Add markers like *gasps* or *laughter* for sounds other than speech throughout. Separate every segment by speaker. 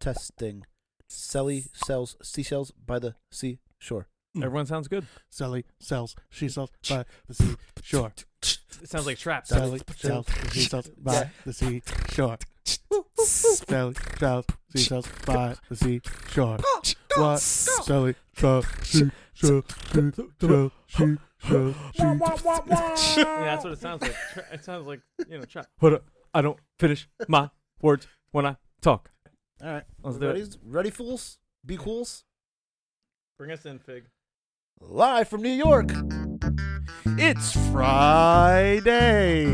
Speaker 1: testing. Sally sells seashells by the seashore.
Speaker 2: Hmm.
Speaker 3: Everyone sounds good.
Speaker 2: Sally sells, she sells by the sea shore.
Speaker 3: It sounds like traps.
Speaker 2: Sally sells,
Speaker 1: *laughs*
Speaker 2: she sells by the sea shore. Sally sells, she sells by the sea *gasps* shore. What? Sally sells, she sells, she sells, she *gasps* sells, she
Speaker 3: *laughs* Yeah, that's what it sounds like. Tra- It sounds like you know trap.
Speaker 4: Hold up. I don't finish my words when I talk.
Speaker 1: All right.
Speaker 4: Let's do
Speaker 1: ready,
Speaker 4: it.
Speaker 1: ready, fools? Be cools.
Speaker 3: Bring us in, Fig.
Speaker 1: Live from New York.
Speaker 2: It's Friday.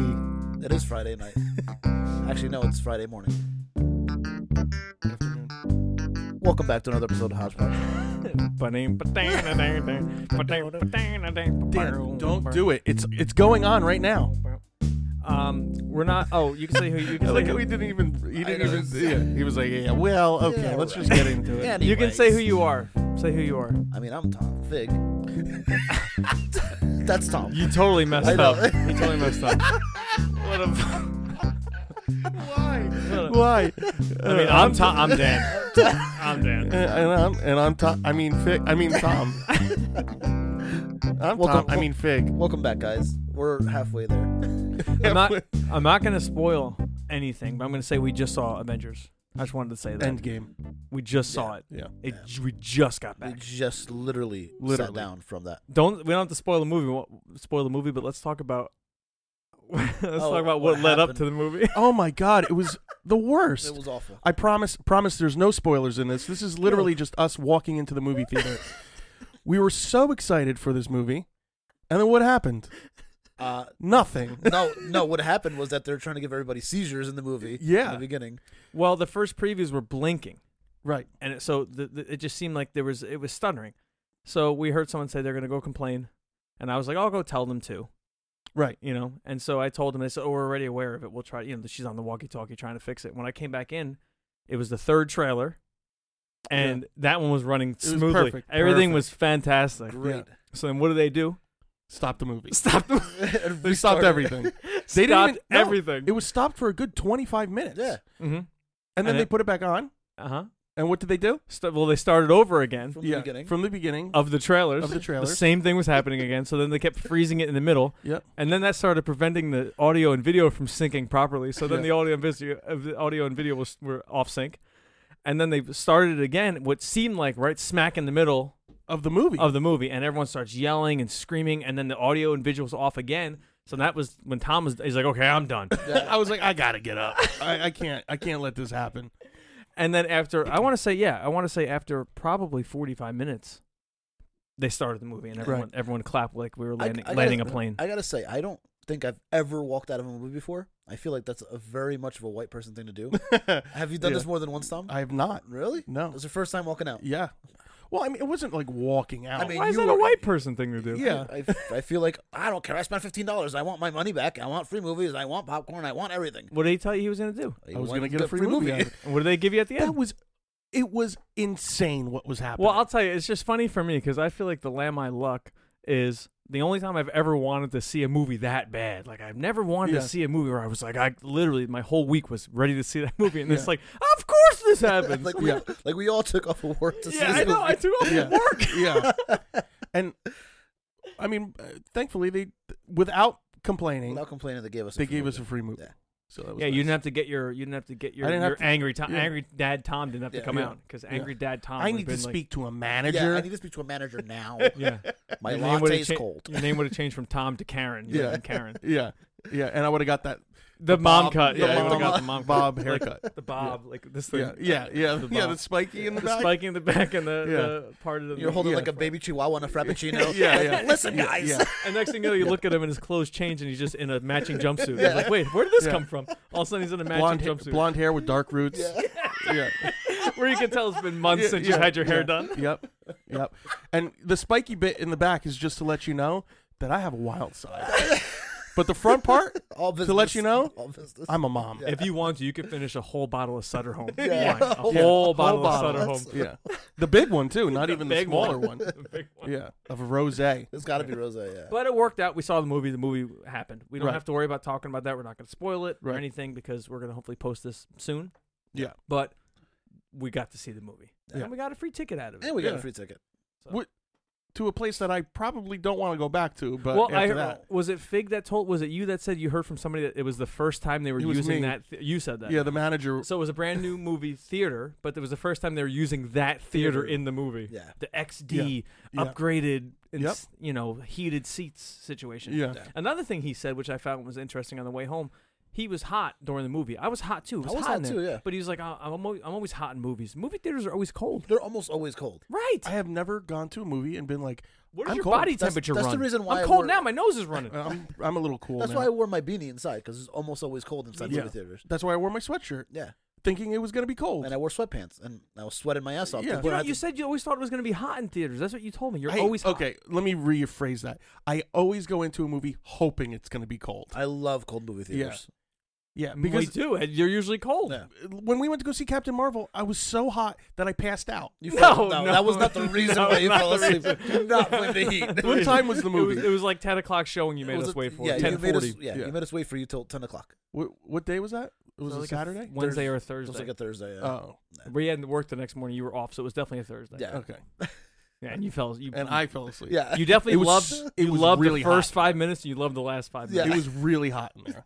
Speaker 1: It is Friday
Speaker 2: *laughs*
Speaker 1: night. Actually, no, it's Friday morning. Welcome back to another episode of Hodgepodge.
Speaker 3: *laughs*
Speaker 4: Dan,
Speaker 2: Don't do it. It's it's going on right now.
Speaker 3: Um, we're not. Oh, you can say who you can
Speaker 2: I
Speaker 3: say.
Speaker 2: like
Speaker 3: who,
Speaker 2: how he didn't even. He
Speaker 1: know,
Speaker 2: didn't even. Yeah, he was like, yeah, well, okay,
Speaker 1: Yeah,
Speaker 2: let's
Speaker 1: right.
Speaker 2: just get into it.
Speaker 3: you can say who
Speaker 1: Anyways,
Speaker 3: you are. Say who you are.
Speaker 1: I mean, I'm Tom
Speaker 2: *laughs*
Speaker 1: Fig. That's Tom.
Speaker 4: You totally
Speaker 1: I
Speaker 4: messed
Speaker 1: know.
Speaker 3: *laughs*
Speaker 4: up. You totally messed up. What a.
Speaker 2: *laughs* Why?
Speaker 4: I mean, I'm Tom. I'm Dan. I'm
Speaker 2: And-
Speaker 4: Dan.
Speaker 2: and I'm and I'm Tom. I mean, Fig. I mean Tom. I'm
Speaker 1: Well, go-
Speaker 2: Tom. I mean Fig.
Speaker 1: *laughs* Welcome back, guys. We're halfway there.
Speaker 3: I'm not. I'm not gonna spoil anything, but I'm gonna say we just saw Avengers. I just wanted to say that
Speaker 2: *laughs* Endgame.
Speaker 3: we just saw it.
Speaker 2: Yeah.
Speaker 3: It j- we just got
Speaker 1: We
Speaker 3: back.
Speaker 1: just literally, sat
Speaker 2: Literally.
Speaker 1: down from that.
Speaker 3: Don't we don't have to spoil the movie. Won't spoil the movie, but let's talk about. *laughs* let's talk about Oh, what,
Speaker 1: what
Speaker 3: led up
Speaker 1: happened.
Speaker 3: to the movie. *laughs*
Speaker 2: Oh my God! It was the worst.
Speaker 1: *laughs* It was awful.
Speaker 2: I promise, promise. There's no spoilers in this. This is literally just us walking into the movie theater. we were so excited for this movie, and then what happened?
Speaker 1: Uh,
Speaker 2: Nothing.
Speaker 1: *laughs* no, no. What happened was that they're trying to give everybody seizures in the movie.
Speaker 2: Yeah.
Speaker 1: in the beginning.
Speaker 3: well, the first previews were blinking.
Speaker 2: right.
Speaker 3: and it, so the, the, it just seemed like there was it was stuttering. So we heard someone say they're gonna go complain, and I was like, I'll go tell them to,
Speaker 2: Right.
Speaker 3: you know. And so I told them. They said, Oh, we're already aware of it. We'll try. You know, she's on the walkie-talkie trying to fix it. When I came back in, it was the third trailer, and that one was running
Speaker 2: was
Speaker 3: smoothly.
Speaker 2: perfect,
Speaker 3: Everything
Speaker 2: perfect.
Speaker 3: was fantastic.
Speaker 1: Great.
Speaker 3: So then, what do they do?
Speaker 2: Stop the movie.
Speaker 1: *laughs*
Speaker 2: *laughs*
Speaker 3: Stop them.
Speaker 1: And
Speaker 2: They stopped
Speaker 1: restarted.
Speaker 2: everything.
Speaker 3: They
Speaker 2: They didn't
Speaker 3: stopped
Speaker 2: even- no.
Speaker 3: everything.
Speaker 2: It was stopped for a good 25 minutes.
Speaker 1: Yeah.
Speaker 3: mm-hmm.
Speaker 2: And then
Speaker 3: And
Speaker 2: they
Speaker 3: it-
Speaker 2: put it back on.
Speaker 3: Uh huh.
Speaker 2: And what did they do?
Speaker 3: St- well, they started over
Speaker 1: *laughs*
Speaker 3: again
Speaker 1: From the
Speaker 2: yeah,
Speaker 1: beginning.
Speaker 2: From the beginning
Speaker 3: of the trailers.
Speaker 2: of the trailer.
Speaker 3: the same thing was happening again. So then they kept freezing it in the middle.
Speaker 2: Yep.
Speaker 3: And then that started preventing the audio and video from syncing properly. So then
Speaker 2: Yeah.
Speaker 3: the audio and video, of the audio and video was were off sync. And then they started it again, what seemed like right smack in the middle
Speaker 2: of the movie.
Speaker 3: of the movie, and everyone starts yelling and screaming, and then the audio and visuals off again. So that was when Tom was he's like, okay, I'm done.
Speaker 2: *laughs* *laughs* I was like, I gotta get up. *laughs* I, I can't. I can't let this happen.
Speaker 3: and then after, I want to say, yeah, I want to say after probably 45 minutes, they started the movie, and everyone everyone clapped like we were landing
Speaker 1: I gotta-
Speaker 3: landing a plane.
Speaker 1: I gotta say, I don't think I've ever walked out of a movie before. I feel like that's a very much of a white person thing to
Speaker 2: *laughs*
Speaker 1: do. Have you done
Speaker 2: Yeah.
Speaker 1: this more than once, Tom?
Speaker 2: I have not.
Speaker 1: really? It
Speaker 2: No.
Speaker 1: was your first time walking out.
Speaker 2: Yeah. Well, I mean, it wasn't like walking out.
Speaker 1: I mean,
Speaker 3: Why is
Speaker 1: you
Speaker 3: that a
Speaker 1: were-
Speaker 3: white person thing to do?
Speaker 2: yeah.
Speaker 1: I, I feel like I don't care. I spent fifteen dollars. I want my money back. I want free movies. I want popcorn. I want everything.
Speaker 3: What did he tell you he was going to do?
Speaker 2: I was
Speaker 1: want
Speaker 2: gonna
Speaker 1: to
Speaker 2: get a free, movie. out of it.
Speaker 3: And What did they give you at the
Speaker 2: That
Speaker 3: end?
Speaker 2: was, it was insane what was happening.
Speaker 3: Well, I'll tell you, it's just funny for me because I feel like the lamb I luck is the only time I've ever wanted to see a movie that bad. Like I've never wanted
Speaker 2: Yeah.
Speaker 3: to see a movie where I was like, I literally my whole week was ready to see that movie, and it's
Speaker 2: Yeah.
Speaker 3: like, of course this
Speaker 1: *laughs*
Speaker 3: happens.
Speaker 1: like we,
Speaker 2: Yeah.
Speaker 1: like we all took off of work to see
Speaker 3: yeah,
Speaker 1: this
Speaker 3: I know.
Speaker 1: movie.
Speaker 3: I took off
Speaker 2: Yeah.
Speaker 3: from work.
Speaker 2: *laughs* yeah.
Speaker 3: *laughs*
Speaker 2: And I mean, uh, thankfully they, without complaining,
Speaker 1: Without complaining, they gave us. A
Speaker 2: they
Speaker 1: free
Speaker 2: gave
Speaker 1: movie.
Speaker 2: us a free movie.
Speaker 1: Yeah.
Speaker 2: So that was
Speaker 3: Yeah, you
Speaker 2: nice.
Speaker 3: didn't have to get your you didn't have to get your,
Speaker 2: I didn't have
Speaker 3: your
Speaker 2: to-
Speaker 3: angry Tom,
Speaker 2: yeah.
Speaker 3: angry dad Tom didn't have
Speaker 1: Yeah.
Speaker 3: to come
Speaker 2: Yeah.
Speaker 3: out because
Speaker 2: Yeah.
Speaker 3: angry dad Tom.
Speaker 2: I
Speaker 3: would've
Speaker 2: need to
Speaker 3: been like-
Speaker 2: speak to a
Speaker 1: Yeah,
Speaker 2: manager.
Speaker 1: I need to speak to a manager
Speaker 2: *laughs*
Speaker 1: now.
Speaker 3: yeah,
Speaker 1: My
Speaker 3: Your name would've
Speaker 1: latte's
Speaker 3: cha-
Speaker 1: cold.
Speaker 3: Your name would have changed from Tom to Karen.
Speaker 2: Yeah.
Speaker 3: Yeah, Karen.
Speaker 2: *laughs* yeah, yeah, and I would have got that
Speaker 3: The mom
Speaker 2: Bob-
Speaker 3: cut.
Speaker 2: the
Speaker 3: Yeah, I
Speaker 2: Bob-
Speaker 3: would've got
Speaker 2: *laughs*
Speaker 3: the mom cut.
Speaker 2: Bob
Speaker 3: Like,
Speaker 2: haircut.
Speaker 3: the bob, like this thing.
Speaker 2: yeah, yeah, yeah, the, yeah,
Speaker 3: bob.
Speaker 2: the spiky in the,
Speaker 3: the
Speaker 2: back.
Speaker 3: spiking in the back and the,
Speaker 2: Yeah.
Speaker 3: the part of the.
Speaker 1: You're holding
Speaker 2: Yeah.
Speaker 1: like a baby chihuahua on a frappuccino.
Speaker 2: *laughs* Yeah, yeah.
Speaker 1: Listen,
Speaker 2: Yeah,
Speaker 1: guys.
Speaker 2: yeah.
Speaker 3: *laughs* and next thing you know, you look at him and his clothes change, and he's just in a matching jumpsuit. You're like, wait, where did this
Speaker 2: Yeah.
Speaker 3: come from? All of a sudden, he's in a matching
Speaker 2: Blonde, ha-
Speaker 3: jumpsuit,
Speaker 2: blonde hair with dark roots. yeah.
Speaker 3: *laughs* where you can tell it's been months
Speaker 2: Yeah,
Speaker 3: since
Speaker 2: yeah,
Speaker 3: you had your hair
Speaker 2: yeah.
Speaker 3: done.
Speaker 2: Yep. Yep. And the spiky bit in the back is just to let you know that I have a wild side. but the front part,
Speaker 1: All business.
Speaker 2: to let you know,
Speaker 1: All
Speaker 2: *laughs*
Speaker 1: business.
Speaker 2: I'm a mom.
Speaker 3: If you want to, you could finish a whole bottle of Sutter Home.
Speaker 1: *laughs* Yeah.
Speaker 3: Wine. A whole,
Speaker 1: Yeah.
Speaker 3: bottle
Speaker 2: Whole
Speaker 3: of Sutter
Speaker 2: bottle.
Speaker 3: Home.
Speaker 2: Yeah. The big one too, not even the
Speaker 3: big
Speaker 2: smaller one. *laughs*
Speaker 3: The *laughs* big one.
Speaker 2: Yeah. Of a rose. Yeah.
Speaker 1: It's got to be Rosa. Yeah.
Speaker 3: But it worked out. We saw the movie. The movie happened. We don't
Speaker 2: Right.
Speaker 3: have to worry about talking about that. We're not going to spoil it
Speaker 2: Right.
Speaker 3: or anything because we're going to hopefully post this soon.
Speaker 2: Yeah.
Speaker 3: But we got to see the movie,
Speaker 1: Yeah.
Speaker 3: and we got a free ticket out of it.
Speaker 1: And we got
Speaker 2: Yeah.
Speaker 1: a free ticket.
Speaker 2: to a place that I probably don't want to go back to. But
Speaker 3: well,
Speaker 2: after
Speaker 3: I heard,
Speaker 2: that,
Speaker 3: was it Fig that told? Was it you that said you heard from somebody that it was the first time they were
Speaker 2: It was
Speaker 3: using
Speaker 2: me.
Speaker 3: that? Th- you said that.
Speaker 2: yeah, the manager.
Speaker 3: So it was a brand new movie theater, but it was the first time they were using that theater
Speaker 1: Theater.
Speaker 3: in the movie.
Speaker 1: Yeah.
Speaker 3: The XD
Speaker 2: Yeah.
Speaker 3: upgraded and
Speaker 2: Yep.
Speaker 3: s- you know heated seats situation.
Speaker 2: Yeah,
Speaker 1: Yeah.
Speaker 3: Another thing he said, which I found was interesting on the way home, he was hot during the movie. I was hot too. It
Speaker 1: I was hot
Speaker 3: in there.
Speaker 1: too, yeah.
Speaker 3: But he was like, "I- I'm always, I'm always hot in movies. Movie theaters are always cold.
Speaker 1: They're almost always cold.
Speaker 3: Right.
Speaker 2: I have never gone to a movie and been like,
Speaker 3: What does
Speaker 2: I'm
Speaker 3: your
Speaker 2: cold.
Speaker 3: body
Speaker 1: That's-
Speaker 3: temperature
Speaker 1: that's the
Speaker 3: run?
Speaker 1: reason why I
Speaker 3: I'm cold
Speaker 1: wore-
Speaker 3: now. My nose is
Speaker 1: *laughs*
Speaker 3: running.
Speaker 2: I'm I'm a little cool.
Speaker 1: That's
Speaker 2: now.
Speaker 1: why I wore my beanie inside because it's almost always cold inside
Speaker 2: Yeah.
Speaker 1: movie theaters.
Speaker 2: That's why I wore my sweatshirt,
Speaker 1: Yeah.
Speaker 2: thinking it was gonna be cold.
Speaker 1: And I wore sweatpants and I was sweating my ass off.
Speaker 2: Yeah.
Speaker 1: to
Speaker 3: you,
Speaker 1: where I
Speaker 3: know,
Speaker 1: had
Speaker 3: you
Speaker 1: to-
Speaker 3: said you always thought it was going to be hot in theaters. That's what you told me. You're
Speaker 2: I-
Speaker 3: always hot.
Speaker 2: okay. Let me rephrase that. I always go into a movie hoping it's gonna be cold.
Speaker 1: I love cold movie theaters.
Speaker 2: Yeah,
Speaker 3: Because
Speaker 2: because
Speaker 3: we do. and You're usually cold. *laughs*
Speaker 1: Yeah.
Speaker 2: when we went to go see Captain Marvel, I was so hot that I passed out. *laughs*
Speaker 1: You
Speaker 3: No,
Speaker 1: fell-
Speaker 3: no,
Speaker 1: that was not
Speaker 3: *laughs*
Speaker 1: the
Speaker 3: no,
Speaker 1: reason
Speaker 3: no,
Speaker 1: why you
Speaker 3: not
Speaker 1: fell
Speaker 3: the
Speaker 1: asleep.
Speaker 3: reason.
Speaker 1: Do *laughs* not blame the heat.
Speaker 2: What *laughs* time was the
Speaker 3: *laughs* It was,
Speaker 2: movie?
Speaker 3: it was like 10 o'clock showing you made
Speaker 1: was
Speaker 3: us
Speaker 1: a-
Speaker 3: wait for.
Speaker 1: yeah,
Speaker 3: it.
Speaker 1: you made us-
Speaker 3: 10:40.
Speaker 1: yeah,
Speaker 2: Yeah.
Speaker 1: you made us wait for you till ten o'clock.
Speaker 2: What, what day was that? It was a
Speaker 3: So like
Speaker 2: Saturday.
Speaker 3: Wednesday or
Speaker 1: It was
Speaker 3: Thursday.
Speaker 1: like a Thursday. Yeah.
Speaker 2: oh,
Speaker 3: we had work the next morning. You were off, so it was definitely a Thursday.
Speaker 1: yeah.
Speaker 2: okay.
Speaker 3: Yeah, and you fell. You,
Speaker 2: And I fell asleep.
Speaker 1: Yeah.
Speaker 3: you definitely
Speaker 2: It was-
Speaker 3: loved.
Speaker 2: it
Speaker 3: you
Speaker 2: was
Speaker 3: loved
Speaker 2: really
Speaker 3: the first
Speaker 2: hot.
Speaker 3: five minutes, and you loved the last five
Speaker 1: Yeah.
Speaker 3: minutes.
Speaker 2: It was really hot in there.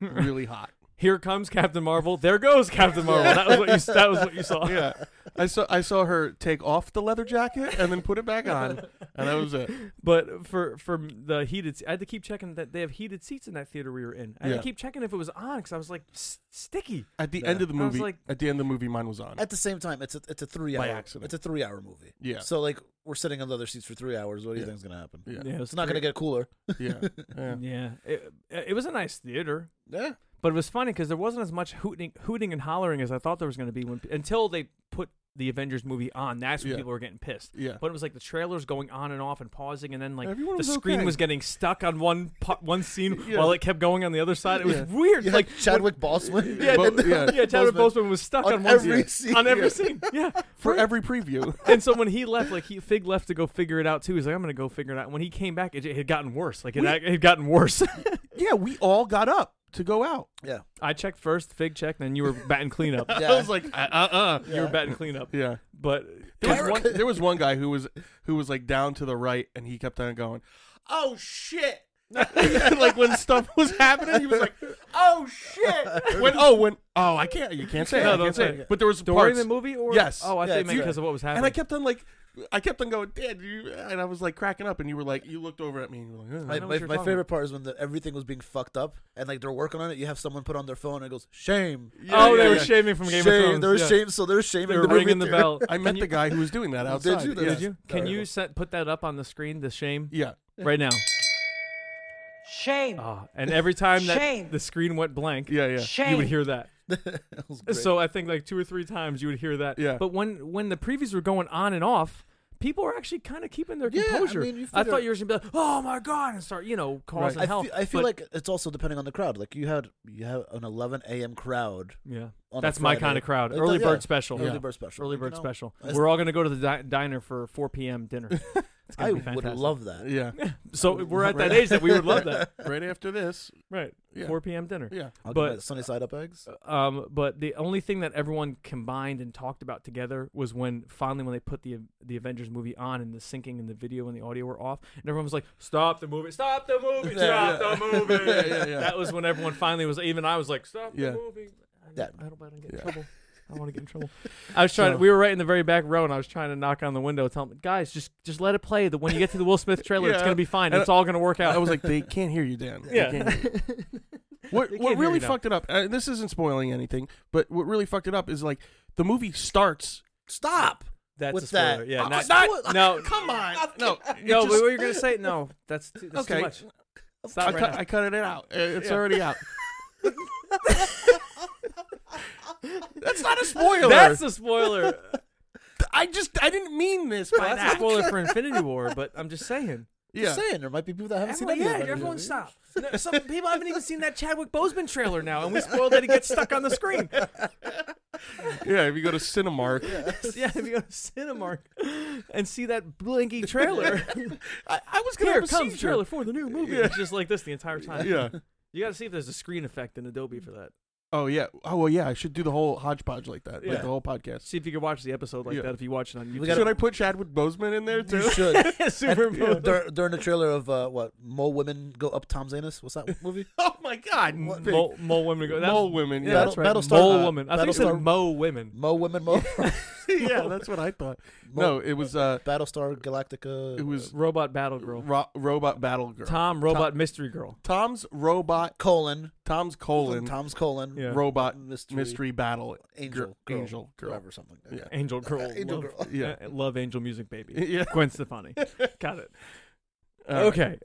Speaker 2: really hot.
Speaker 3: Here comes Captain Marvel. There goes Captain Marvel. That was what you. That was what
Speaker 2: *laughs*
Speaker 3: you saw.
Speaker 2: Yeah. I saw I saw her take off the leather jacket and then put it back on, and that was it.
Speaker 3: But for for the heated, se- I had to keep checking that they have heated seats in that theater we were in. I had
Speaker 2: Yeah.
Speaker 3: to keep checking if it was on because I was like "S- sticky.
Speaker 2: At the
Speaker 1: Yeah.
Speaker 2: end of the
Speaker 3: I was
Speaker 2: movie,
Speaker 3: like-
Speaker 2: at the end of the movie, mine was on.
Speaker 1: At the same time, it's a it's a three
Speaker 2: By
Speaker 1: hour
Speaker 2: accident.
Speaker 1: it's a three hour movie.
Speaker 2: Yeah.
Speaker 1: So like we're sitting on leather seats for three hours. What do you
Speaker 2: Yeah.
Speaker 1: think's gonna happen?
Speaker 3: *laughs*
Speaker 2: Yeah.
Speaker 3: it was
Speaker 1: It's not gonna get
Speaker 3: *laughs*
Speaker 1: cooler.
Speaker 2: yeah, yeah.
Speaker 3: pretty- Yeah, it, it was a nice theater.
Speaker 1: Yeah.
Speaker 3: But it was funny because there wasn't as much hooting, hooting and hollering as I thought there was going to be when, until they put the Avengers movie on. That's when
Speaker 2: Yeah.
Speaker 3: people were getting pissed.
Speaker 2: Yeah.
Speaker 3: But it was like the trailers going on and off and pausing, and then like
Speaker 2: Everyone
Speaker 3: the
Speaker 2: was
Speaker 3: screen
Speaker 2: okay.
Speaker 3: was getting stuck on one po- one scene
Speaker 2: Yeah.
Speaker 3: while it kept going on the other side. It was
Speaker 2: Yeah.
Speaker 3: weird.
Speaker 1: You
Speaker 3: like
Speaker 1: like Chadwick Boseman.
Speaker 3: *laughs* yeah,
Speaker 2: Bo- yeah.
Speaker 3: yeah, Chadwick Boseman was stuck on,
Speaker 1: on
Speaker 3: one
Speaker 1: every
Speaker 2: *laughs*
Speaker 3: scene.
Speaker 1: scene.
Speaker 3: on every
Speaker 1: Yeah.
Speaker 3: scene. Yeah,
Speaker 2: For
Speaker 3: Right.
Speaker 2: every preview,
Speaker 3: and so when he left, like he Fig left to go figure it out too. He's like, I'm gonna go figure it out. And when he came back, it, it had gotten worse. Like it,
Speaker 2: We-
Speaker 3: had- it had gotten worse. *laughs*
Speaker 2: yeah, we all got up to go out.
Speaker 3: I checked first, Fig checked, then you were
Speaker 2: *laughs*
Speaker 3: batting cleanup.
Speaker 1: Yeah.
Speaker 2: I was like, uh, uh, uh.
Speaker 3: You were batting cleanup.
Speaker 2: yeah.
Speaker 3: But
Speaker 2: There was,
Speaker 1: Eric-
Speaker 2: one, there was one guy who was who was like down to the right, and he kept on going. Oh shit! *laughs* like when stuff was happening, he was like, "Oh shit!" When oh when oh I can't you can't say it,
Speaker 3: No,
Speaker 2: I
Speaker 3: don't
Speaker 2: can't
Speaker 3: say
Speaker 2: say
Speaker 3: it.
Speaker 2: it. But there was
Speaker 3: during
Speaker 2: parts,
Speaker 3: the movie, or
Speaker 2: Yes.
Speaker 3: Oh, I
Speaker 1: Yeah,
Speaker 3: think
Speaker 1: it's
Speaker 3: maybe
Speaker 1: you.
Speaker 3: because of what was happening.
Speaker 2: and I kept on like I kept on going, "Dad," you, and I was like cracking up, and you were like you looked over at me and you
Speaker 1: My,
Speaker 2: were like,
Speaker 1: my,
Speaker 3: know what you're
Speaker 1: my
Speaker 3: talking
Speaker 1: favorite part is when the, everything was being fucked up and like they're working on it. You have someone put on their phone and it goes shame.
Speaker 3: oh, they
Speaker 2: yeah,
Speaker 3: were
Speaker 2: yeah.
Speaker 3: shaming from Game
Speaker 1: shame.
Speaker 3: of Thrones.
Speaker 1: They're
Speaker 3: yeah.
Speaker 1: shame. So they're shaming.
Speaker 3: They were
Speaker 1: the movie
Speaker 3: ringing the
Speaker 1: theater.
Speaker 3: bell.
Speaker 1: *laughs*
Speaker 2: "I met the guy who was doing that outside."
Speaker 1: you? That
Speaker 2: Yeah.
Speaker 1: was-
Speaker 3: Did you? Can
Speaker 1: Terrible.
Speaker 3: you set put that up on the screen? The shame
Speaker 2: Yeah.
Speaker 3: right now.
Speaker 5: Shame.
Speaker 3: Ah, and every time that
Speaker 5: Shame.
Speaker 3: the screen went blank,
Speaker 2: yeah, yeah,
Speaker 5: Shame.
Speaker 3: you would hear that.
Speaker 1: *laughs* That was great.
Speaker 3: So I think like two or three times you would hear that.
Speaker 2: Yeah.
Speaker 3: But when when the previews were going on and off. People were actually kind of keeping their
Speaker 1: Yeah, I
Speaker 3: composure.
Speaker 1: mean, you figure-
Speaker 3: thought you were just gonna be like, "Oh my god," and start, you know, causing
Speaker 1: I
Speaker 3: hell.
Speaker 1: feel, I feel
Speaker 3: But-
Speaker 1: like it's also depending on the crowd. Like you had you have an 11 a.m. crowd.
Speaker 3: yeah,
Speaker 1: On a
Speaker 3: that's my
Speaker 1: Friday.
Speaker 3: kind of crowd.
Speaker 1: It
Speaker 3: Early
Speaker 1: does- yeah.
Speaker 3: bird special.
Speaker 1: Early
Speaker 3: Yeah.
Speaker 1: bird special.
Speaker 3: Early
Speaker 1: You
Speaker 3: bird
Speaker 1: know,
Speaker 3: special.
Speaker 1: I-
Speaker 3: We're all going to go to the di- diner for 4 p.m.
Speaker 1: *laughs*
Speaker 3: dinner. It's
Speaker 1: I
Speaker 3: gonna be
Speaker 1: would
Speaker 3: fantastic.
Speaker 1: love that.
Speaker 3: *laughs*
Speaker 2: yeah.
Speaker 3: So we're at that
Speaker 1: Right.
Speaker 3: age that we would
Speaker 2: *laughs*
Speaker 3: love that.
Speaker 2: Right after this,
Speaker 3: Right.
Speaker 2: yeah,
Speaker 3: 4 p.m. dinner. *laughs*
Speaker 2: yeah,
Speaker 1: I'll
Speaker 3: But-
Speaker 1: give it sunny side up eggs.
Speaker 3: Um, but the only thing that everyone combined and talked about together was when finally when they put the the Avengers movie on and the syncing and the video and the audio were off and everyone was like, "Stop the movie! Stop the movie!
Speaker 1: Yeah,
Speaker 3: Stop the movie!"
Speaker 2: *laughs* Yeah, yeah, yeah.
Speaker 3: That was when everyone finally was. Even I was like, "Stop
Speaker 2: Yeah.
Speaker 3: the movie!" I
Speaker 1: Yeah.
Speaker 3: don't, I don't want to get in
Speaker 2: Yeah.
Speaker 3: trouble. I want to get
Speaker 2: *laughs*
Speaker 3: in trouble. I was trying.
Speaker 2: So-
Speaker 3: we were right in the very back row, and I was trying to knock on the window, tell them, "Guys, just just let it play. That when you get to the Will Smith trailer, it's
Speaker 2: Yeah.
Speaker 3: gonna be fine.
Speaker 2: And
Speaker 3: It's all gonna work out."
Speaker 2: I was like, they can't hear you, Dan. They
Speaker 3: Yeah. *laughs*
Speaker 2: can't hear you. What
Speaker 3: They can't
Speaker 2: what
Speaker 3: hear
Speaker 2: really
Speaker 3: you now.
Speaker 2: fucked it up? Uh, this isn't spoiling anything, but what really fucked it up is like the movie starts.
Speaker 1: Stop.
Speaker 3: "That's
Speaker 1: with
Speaker 3: a spoiler.
Speaker 1: that.
Speaker 3: Yeah,
Speaker 1: Uh,
Speaker 2: *laughs*
Speaker 3: not-
Speaker 1: not-
Speaker 3: no,
Speaker 2: Come on, no, it
Speaker 3: *laughs* no.
Speaker 2: just-
Speaker 3: but what you're gonna say? No, that's too, that's
Speaker 2: Okay.
Speaker 3: too much. Stop
Speaker 2: I,
Speaker 3: right
Speaker 2: cut,
Speaker 3: now.
Speaker 2: I cut it out. Uh, It's already
Speaker 3: *laughs*
Speaker 2: out. That's not a spoiler.
Speaker 3: That's a *laughs* spoiler.
Speaker 2: *laughs* I just I didn't mean this
Speaker 3: *laughs*
Speaker 2: by
Speaker 3: that's a
Speaker 2: that.
Speaker 3: spoiler for Infinity War, but I'm just saying.
Speaker 2: Yeah,
Speaker 1: Just saying, there might be people that haven't
Speaker 3: Everyone,
Speaker 1: seen
Speaker 3: yeah,
Speaker 1: that.
Speaker 3: everyone *laughs* stop. No, Some people haven't even seen that Chadwick Boseman trailer now, *laughs* and we spoiled that he gets stuck on the screen.
Speaker 2: yeah. If you go to Cinemark,
Speaker 3: *laughs* Yeah, if you go to Cinemark and see that *laughs* blinky trailer,
Speaker 2: *laughs* I, I was gonna
Speaker 3: here
Speaker 2: have a
Speaker 3: comes the
Speaker 2: seizure.
Speaker 3: trailer for the new movie. It's just like this the entire time.
Speaker 2: *laughs* Yeah,
Speaker 3: You got to see if there's a screen effect in Adobe for that.
Speaker 2: Oh yeah. Oh well, yeah. I should do the whole hodgepodge like that,
Speaker 3: Yeah.
Speaker 2: like the whole podcast.
Speaker 3: See if you can watch the episode like
Speaker 2: Yeah.
Speaker 3: that if you watch it on
Speaker 1: We
Speaker 3: YouTube.
Speaker 1: gotta-
Speaker 2: should I put Chadwick Boseman in
Speaker 3: *laughs*
Speaker 2: there too?
Speaker 1: You should.
Speaker 3: Super
Speaker 1: Dur- during the trailer of uh, what? Mole women go up Tom's anus. What's that movie?
Speaker 2: oh my God!
Speaker 1: What-
Speaker 2: Big
Speaker 3: mole, mole women go. That's,
Speaker 2: mole women.
Speaker 3: yeah,
Speaker 2: Yeah,
Speaker 3: *laughs* that's right.
Speaker 1: Battle- Battlestar-
Speaker 3: mole
Speaker 1: uh,
Speaker 3: woman. I think you
Speaker 1: Battlestar-
Speaker 3: said mo women.
Speaker 1: Mo women,
Speaker 3: *laughs*
Speaker 1: mo.
Speaker 2: yeah, that's what I thought.
Speaker 1: Mo-
Speaker 2: No, it was uh,
Speaker 1: Battlestar Galactica.
Speaker 2: it was
Speaker 3: Uh, Robot Battle Girl.
Speaker 2: ro- robot battle girl.
Speaker 3: Tom Robot Mystery Girl.
Speaker 2: Tom's robot.
Speaker 1: colon.
Speaker 2: Tom's colon
Speaker 1: Tom's colon.
Speaker 3: Yeah.
Speaker 2: robot
Speaker 1: Mystery.
Speaker 2: mystery battle
Speaker 1: Angel.
Speaker 2: gir-
Speaker 1: girl,
Speaker 2: angel girl.
Speaker 1: whatever, something. Like
Speaker 2: Yeah.
Speaker 1: that.
Speaker 3: Angel Girl.
Speaker 1: *laughs* Angel
Speaker 3: love,
Speaker 1: Girl.
Speaker 2: *laughs* Yeah.
Speaker 3: uh, love Angel Music Baby.
Speaker 2: *laughs* Yeah.
Speaker 3: Gwen Stefani. Got it.
Speaker 2: All right.
Speaker 3: Okay.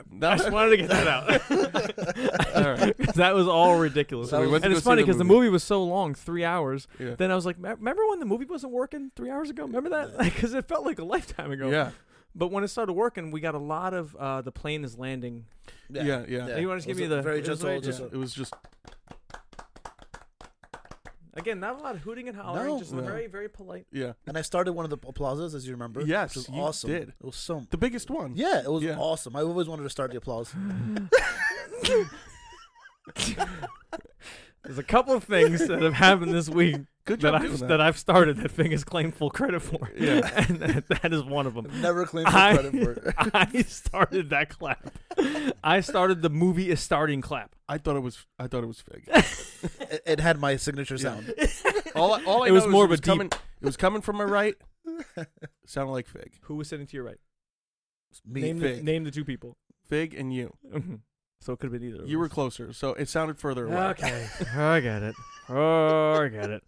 Speaker 3: I
Speaker 2: *laughs* That
Speaker 3: just wanted to get
Speaker 1: *laughs*
Speaker 3: that out. *laughs*
Speaker 2: all right.
Speaker 3: that was all ridiculous.
Speaker 1: So we went
Speaker 2: to
Speaker 3: and
Speaker 2: go
Speaker 3: it's
Speaker 2: see
Speaker 3: funny
Speaker 2: the
Speaker 3: because the
Speaker 2: movie.
Speaker 3: movie was so long, three hours.
Speaker 2: Yeah.
Speaker 3: Then I was like, "Me- remember when the movie wasn't working three hours ago? Remember that? *laughs* Because it felt like a lifetime ago.
Speaker 2: Yeah.
Speaker 3: But when it started working, we got a lot of uh, the plane is landing.
Speaker 2: Yeah, yeah.
Speaker 3: You wanna
Speaker 1: It
Speaker 3: just give
Speaker 1: was
Speaker 3: me
Speaker 1: a
Speaker 3: the-
Speaker 1: very
Speaker 3: it was
Speaker 1: gentle,
Speaker 3: very-
Speaker 1: just
Speaker 2: Yeah, It was just
Speaker 3: Again, not a lot of hooting and hollering,
Speaker 1: No.
Speaker 3: just
Speaker 1: No.
Speaker 3: very, very polite.
Speaker 2: yeah.
Speaker 1: and I started one of the applauses, as you remember.
Speaker 2: Yes,
Speaker 1: which was
Speaker 2: you
Speaker 1: awesome.
Speaker 2: did.
Speaker 1: It was so.
Speaker 2: The biggest one.
Speaker 1: Yeah, it was
Speaker 2: Yeah.
Speaker 1: awesome. I always wanted to start the applause.
Speaker 3: There's a couple of things that have happened
Speaker 2: *laughs*
Speaker 3: this week
Speaker 2: Good
Speaker 3: that
Speaker 2: job doing
Speaker 3: I've,
Speaker 2: that.
Speaker 3: that I've started that Fing has claimed full credit for.
Speaker 2: *laughs* Yeah.
Speaker 3: *laughs* and that, that is one of them.
Speaker 1: Never claimed for
Speaker 3: I,
Speaker 1: credit for it.
Speaker 3: *laughs* I started that clap. I started the movie is
Speaker 2: *laughs*
Speaker 3: starting clap.
Speaker 2: I thought it was. I thought it was
Speaker 3: *laughs*
Speaker 2: fake.
Speaker 1: it. It had my signature sound.
Speaker 2: All. I, all I
Speaker 3: It was
Speaker 2: know is
Speaker 3: more
Speaker 2: it
Speaker 3: of a
Speaker 2: was
Speaker 3: deep-
Speaker 2: coming, It was coming from my right. Sounded like fig.
Speaker 3: Who was sitting to your right?
Speaker 1: Me,
Speaker 3: name, the,
Speaker 2: Fig.
Speaker 3: name the two people.
Speaker 2: Fig and you.
Speaker 3: Mhm. so it could have been either. of
Speaker 2: You were
Speaker 3: us.
Speaker 2: closer, so it sounded further away.
Speaker 1: *laughs*
Speaker 3: Okay, I get it. Oh, I get it.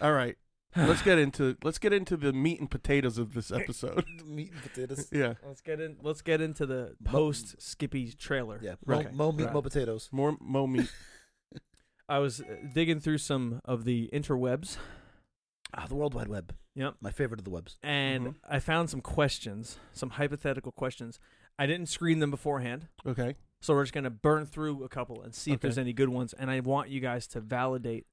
Speaker 2: All right. Let's get into let's get into the meat and potatoes of this episode.
Speaker 1: *laughs* meat and
Speaker 2: *laughs*
Speaker 1: potatoes.
Speaker 2: Yeah.
Speaker 3: Let's get in. Let's get into the
Speaker 1: Mo-
Speaker 3: post Skippy trailer.
Speaker 1: Yeah, mo,
Speaker 2: Right.
Speaker 1: mo meat,
Speaker 3: Right.
Speaker 1: mo potatoes.
Speaker 2: More mo meat.
Speaker 3: I was uh, digging through some of the interwebs,
Speaker 1: Ah, the World Wide Web.
Speaker 3: Yep.
Speaker 1: my favorite of the webs.
Speaker 3: and
Speaker 2: Mhm.
Speaker 3: I found some questions, some hypothetical questions. I didn't screen them beforehand,
Speaker 2: Okay.
Speaker 3: so we're just gonna burn through a couple and see if
Speaker 2: Okay.
Speaker 3: there's any good ones. And I want you guys to validate,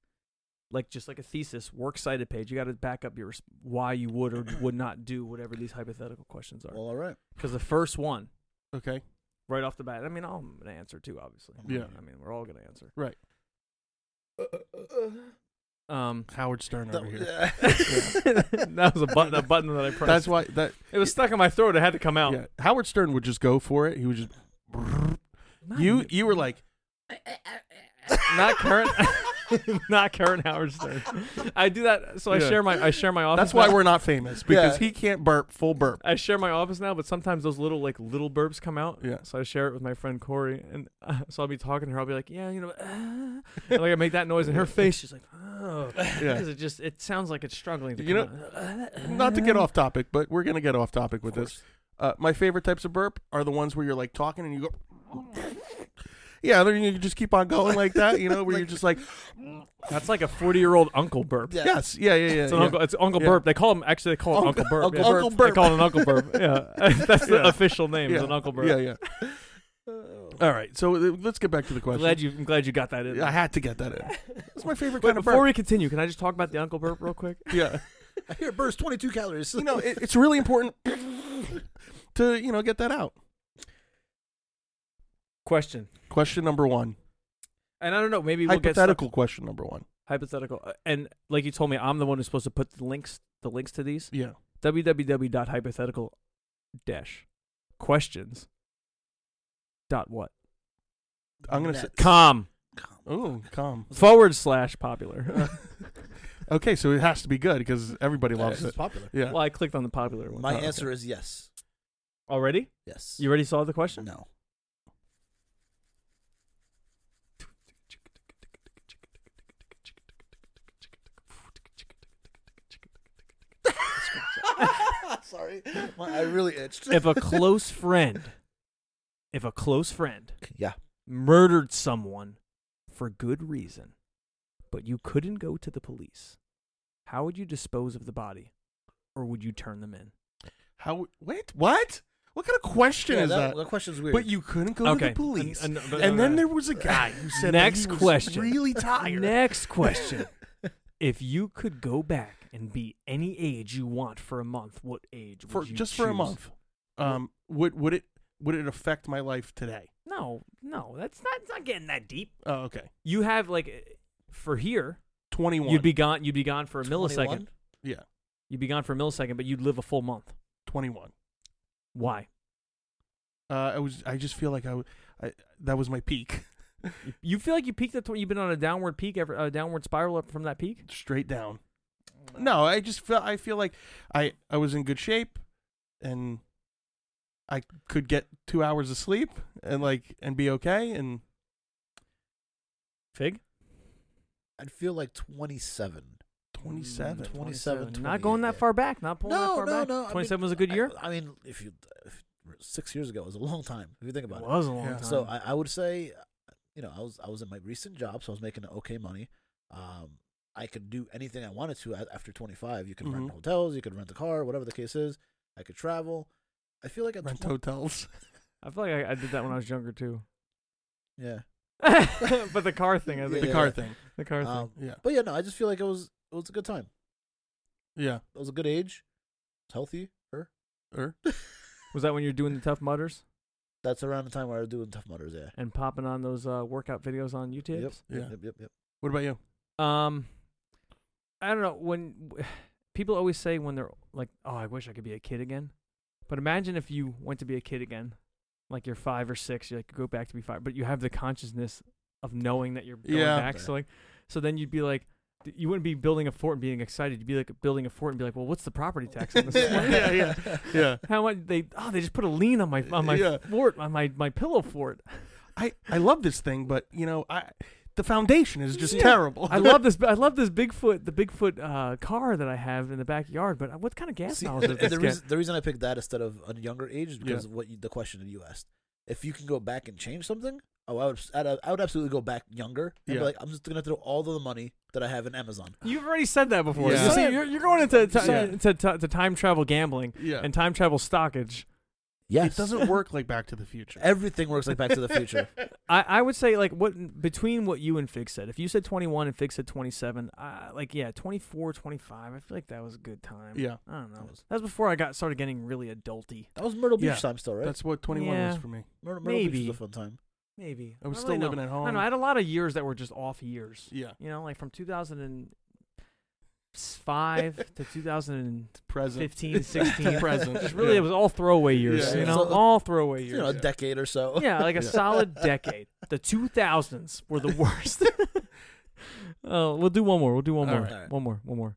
Speaker 3: like just like a thesis, works cited page. You got to back up your res- why you would or would not do whatever these hypothetical questions are.
Speaker 1: Well, all right.
Speaker 3: Because the first one,
Speaker 2: Okay.
Speaker 3: right off the bat. I mean, I'm gonna answer too, obviously.
Speaker 2: Yeah.
Speaker 3: I mean, we're all gonna answer.
Speaker 2: Right.
Speaker 3: Um,
Speaker 2: Howard Stern over here.
Speaker 3: that was a button, a button that I pressed.
Speaker 2: That's why that
Speaker 3: it was stuck in my throat. It had to come out.
Speaker 2: yeah. Howard Stern would just go for it. He would just
Speaker 3: Not
Speaker 2: You *laughs*
Speaker 3: even-
Speaker 2: you were like
Speaker 3: not current, *laughs* not current *laughs* Howard Stern. *laughs* I do that, so I
Speaker 2: Yeah.
Speaker 3: share my, I share my office.
Speaker 2: that's why
Speaker 3: now.
Speaker 2: we're not famous because
Speaker 1: Yeah.
Speaker 2: he can't burp full burp.
Speaker 3: I share my office now, but sometimes those little like little burps come out.
Speaker 2: Yeah.
Speaker 3: So I share it with my friend Corey, and uh, so I'll be talking to her. I'll be like, "Yeah, you know," uh, and, like I make that noise,
Speaker 2: *laughs*
Speaker 3: and her face, she's like, "Oh," *laughs*
Speaker 2: Yeah.
Speaker 3: because it just it sounds like it's struggling. To
Speaker 2: You
Speaker 3: come out. *laughs*
Speaker 2: Not to get
Speaker 3: Uh-huh.
Speaker 2: off topic, but we're gonna get off topic with this. Uh, my favorite types of burp are the ones where you're like talking and you go Yeah, then you just keep on going like that, you know, where you're just like
Speaker 3: That's like a forty-year-old uncle burp.
Speaker 1: Yeah.
Speaker 2: Yes, yeah, yeah, yeah.
Speaker 3: It's an
Speaker 2: yeah.
Speaker 3: uncle. It's Uncle
Speaker 2: Yeah.
Speaker 3: Burp. They call him actually. They call it Uncle Burp.
Speaker 2: Uncle
Speaker 3: yeah.
Speaker 2: Burp.
Speaker 3: They call it an Uncle Burp. Yeah, *laughs* that's the
Speaker 2: Yeah.
Speaker 3: official name. Is
Speaker 2: Yeah.
Speaker 3: an Uncle Burp. Oh.
Speaker 2: Yeah, yeah. All right, so uh, let's get back to the
Speaker 3: I'm
Speaker 2: question.
Speaker 3: glad you. I'm glad you got that in.
Speaker 2: I had to get that in. It's my favorite
Speaker 3: Wait,
Speaker 2: kind of
Speaker 3: before
Speaker 2: burp.
Speaker 3: we continue, can I just talk about the Uncle Burp real quick?
Speaker 2: yeah,
Speaker 1: I hear burst twenty two calories. *laughs*
Speaker 2: you know, it, it's really important to you know get that out.
Speaker 3: Question.
Speaker 2: *laughs* Question number one,
Speaker 3: And I don't know. Maybe we'll get stuck
Speaker 2: hypothetical question number one.
Speaker 3: hypothetical Uh, and like you told me i'm the one who's supposed to put the links the links to these
Speaker 2: Yeah,
Speaker 3: www.hypothetical dash questions dot what
Speaker 2: I'm gonna say.
Speaker 1: Next.
Speaker 3: com
Speaker 2: Ooh, calm.
Speaker 3: forward slash popular
Speaker 2: Okay, so it has to be good because everybody
Speaker 1: This
Speaker 2: loves
Speaker 1: is
Speaker 2: it.
Speaker 1: popular.
Speaker 2: Yeah.
Speaker 3: well i clicked on the popular one
Speaker 1: My
Speaker 2: Oh, okay.
Speaker 1: answer is yes.
Speaker 3: already
Speaker 1: Yes.
Speaker 3: you already saw the
Speaker 2: *laughs*
Speaker 3: question
Speaker 1: no. Sorry, My- I really itched.
Speaker 3: *laughs* if a close friend if a close friend
Speaker 1: yeah.
Speaker 3: murdered someone for good reason but you couldn't go to the police how would you dispose of the body or would you turn them in
Speaker 2: How? Wait, what? What kind of question
Speaker 1: yeah
Speaker 2: is
Speaker 1: that,
Speaker 2: that?
Speaker 1: that question's weird.
Speaker 2: But you couldn't go
Speaker 3: Okay.
Speaker 2: to the police, and,
Speaker 3: An- an- but-
Speaker 2: then
Speaker 3: okay.
Speaker 2: there was a guy
Speaker 3: *laughs*
Speaker 2: who said that
Speaker 3: Next
Speaker 2: he was
Speaker 3: question.
Speaker 2: really
Speaker 1: *laughs*
Speaker 2: tired.
Speaker 3: *laughs* Next question. if you could go back and be any age you want for a month, what age would
Speaker 2: for
Speaker 3: you
Speaker 2: just for a
Speaker 3: choose?
Speaker 2: month. Um, would would it would it affect my life today?
Speaker 3: No, no, that's not it's not getting that deep.
Speaker 2: Oh, okay.
Speaker 3: You have like eh, For here,
Speaker 2: 21.
Speaker 3: you'd be gone. You'd be gone for a millisecond.
Speaker 1: 21?
Speaker 2: Yeah.
Speaker 3: You'd be gone for a millisecond, but you'd live a full month.
Speaker 2: 21.
Speaker 3: Why?
Speaker 2: Uh, I was. I just feel like I, w- I- That was my peak. *laughs*
Speaker 3: You feel like you peaked at. Tw- you've been on a downward peak, ever a downward spiral up from that peak.
Speaker 2: Straight down. No, I just feel. I feel like I. I was in good shape, and I could get two hours of sleep and like and be okay. And
Speaker 3: Fig.
Speaker 1: I'd feel like 27.
Speaker 2: 27.
Speaker 1: Mm, 27,
Speaker 3: Not going that
Speaker 1: 28,
Speaker 3: far back. Not pulling that
Speaker 1: No,
Speaker 3: far
Speaker 1: no,
Speaker 3: back.
Speaker 1: no. I mean,
Speaker 3: Twenty-seven was a good year.
Speaker 1: I, I mean, if you if, six years ago it was a long time. If you think about it,
Speaker 3: was a long
Speaker 2: Yeah.
Speaker 3: time.
Speaker 1: so I, I would say, you know, I was I was in my recent job, so I was making okay money. Um, I could do anything I wanted to a- after 25. You could
Speaker 2: Mhm.
Speaker 1: rent hotels, you could rent a car, whatever the case is. I could travel. I feel like at
Speaker 2: Rent
Speaker 1: 20 *laughs*
Speaker 2: hotels.
Speaker 3: I feel like I, I did that when I was younger too. *laughs*
Speaker 1: yeah,
Speaker 3: but the car thing, I think
Speaker 2: The
Speaker 1: Yeah.
Speaker 2: car thing.
Speaker 3: the car thing.
Speaker 1: um,
Speaker 2: Yeah.
Speaker 1: but yeah, no, I just feel like it was it was a good time.
Speaker 2: Yeah. Er?
Speaker 1: It was a good age. It's healthy.
Speaker 2: Or
Speaker 3: was that when you're doing the tough mutters
Speaker 1: That's around the time where I was doing tough mutters. Yeah.
Speaker 3: and popping on those uh, workout videos on YouTube?
Speaker 1: Yep.
Speaker 2: Yeah.
Speaker 1: Yep. *laughs* Yep.
Speaker 2: *laughs*
Speaker 1: Yep. yep.
Speaker 2: what about you?
Speaker 3: Um, I don't know when *sighs* people always say when they're like, "Oh, I wish I could be a kid again," but imagine if you went to be a kid again, like you're five or six, you like go back to be five, but you have the consciousness of knowing that you're going
Speaker 2: Yeah.
Speaker 3: back. So like, so then you'd be like. You wouldn't be building a fort and being excited. You'd be like building a fort and be like, "Well, what's the property tax on this?"
Speaker 1: *laughs*
Speaker 2: *laughs*
Speaker 3: one?"
Speaker 2: Yeah, yeah. Yeah.
Speaker 3: How much they? Oh, they just put a lien on my on my
Speaker 2: Yeah.
Speaker 3: fort on my my pillow fort.
Speaker 2: I I love this thing, but you know, I the foundation is just
Speaker 3: Yeah.
Speaker 2: terrible.
Speaker 3: *laughs* I
Speaker 2: *laughs*
Speaker 3: love this. I love this Bigfoot, the Bigfoot uh, car that I have in the backyard. But what kind of gas
Speaker 1: See,
Speaker 3: mileage does
Speaker 1: and
Speaker 3: this
Speaker 1: the,
Speaker 3: get?
Speaker 1: reason, the reason I picked that instead of a younger age is
Speaker 2: Yeah.
Speaker 1: because of what you, the question that you asked. If you can go back and change something, oh, I would, I'd, I would absolutely go back younger. And
Speaker 2: Yeah.
Speaker 1: be like, I'm just gonna throw all of the money that I have in Amazon.
Speaker 3: You've already said that before.
Speaker 2: Yeah.
Speaker 3: You see, you're, you're going into to,
Speaker 2: Yeah.
Speaker 3: to, to, to time travel gambling
Speaker 2: Yeah.
Speaker 3: and time travel stockage.
Speaker 1: Yes,
Speaker 2: It
Speaker 1: *laughs*
Speaker 2: doesn't work like Back to the Future.
Speaker 1: Everything works like Back
Speaker 2: *laughs*
Speaker 1: to the *laughs* Future.
Speaker 3: I, I would say like what between what you and Fig said. If you said 21 and Fig said 27, uh, like yeah, 24, 25. I feel like that was a good time.
Speaker 2: Yeah.
Speaker 3: I don't know.
Speaker 1: That was-
Speaker 3: That was before I got started getting really adulty.
Speaker 1: That was Myrtle Beach
Speaker 2: Yeah.
Speaker 1: time still, right?
Speaker 2: That's what 21
Speaker 3: Yeah.
Speaker 2: was for me.
Speaker 1: Myr- Myrtle Beach
Speaker 3: maybe.
Speaker 1: was a fun time.
Speaker 3: Maybe
Speaker 2: I was
Speaker 3: don't
Speaker 2: still
Speaker 3: really
Speaker 2: living
Speaker 3: know.
Speaker 2: at
Speaker 3: I don't
Speaker 2: home.
Speaker 3: know. I had a lot of years that were just off years.
Speaker 2: Yeah.
Speaker 3: You know, like from 2005 to 2015,
Speaker 2: Present. *laughs*
Speaker 3: 16.
Speaker 2: Present.
Speaker 3: Just really,
Speaker 2: Yeah.
Speaker 3: it was all throwaway years.
Speaker 2: Yeah,
Speaker 3: you
Speaker 2: yeah.
Speaker 3: know,
Speaker 1: So-
Speaker 3: all throwaway
Speaker 1: You know, a
Speaker 3: years.
Speaker 1: decade or so.
Speaker 3: yeah, like
Speaker 1: *laughs*
Speaker 3: a
Speaker 2: Yeah.
Speaker 3: solid decade. The 2000s were the worst. *laughs* Oh, we'll do one more. We'll do one
Speaker 2: All
Speaker 3: more.
Speaker 1: right. All right.
Speaker 3: One more. One more.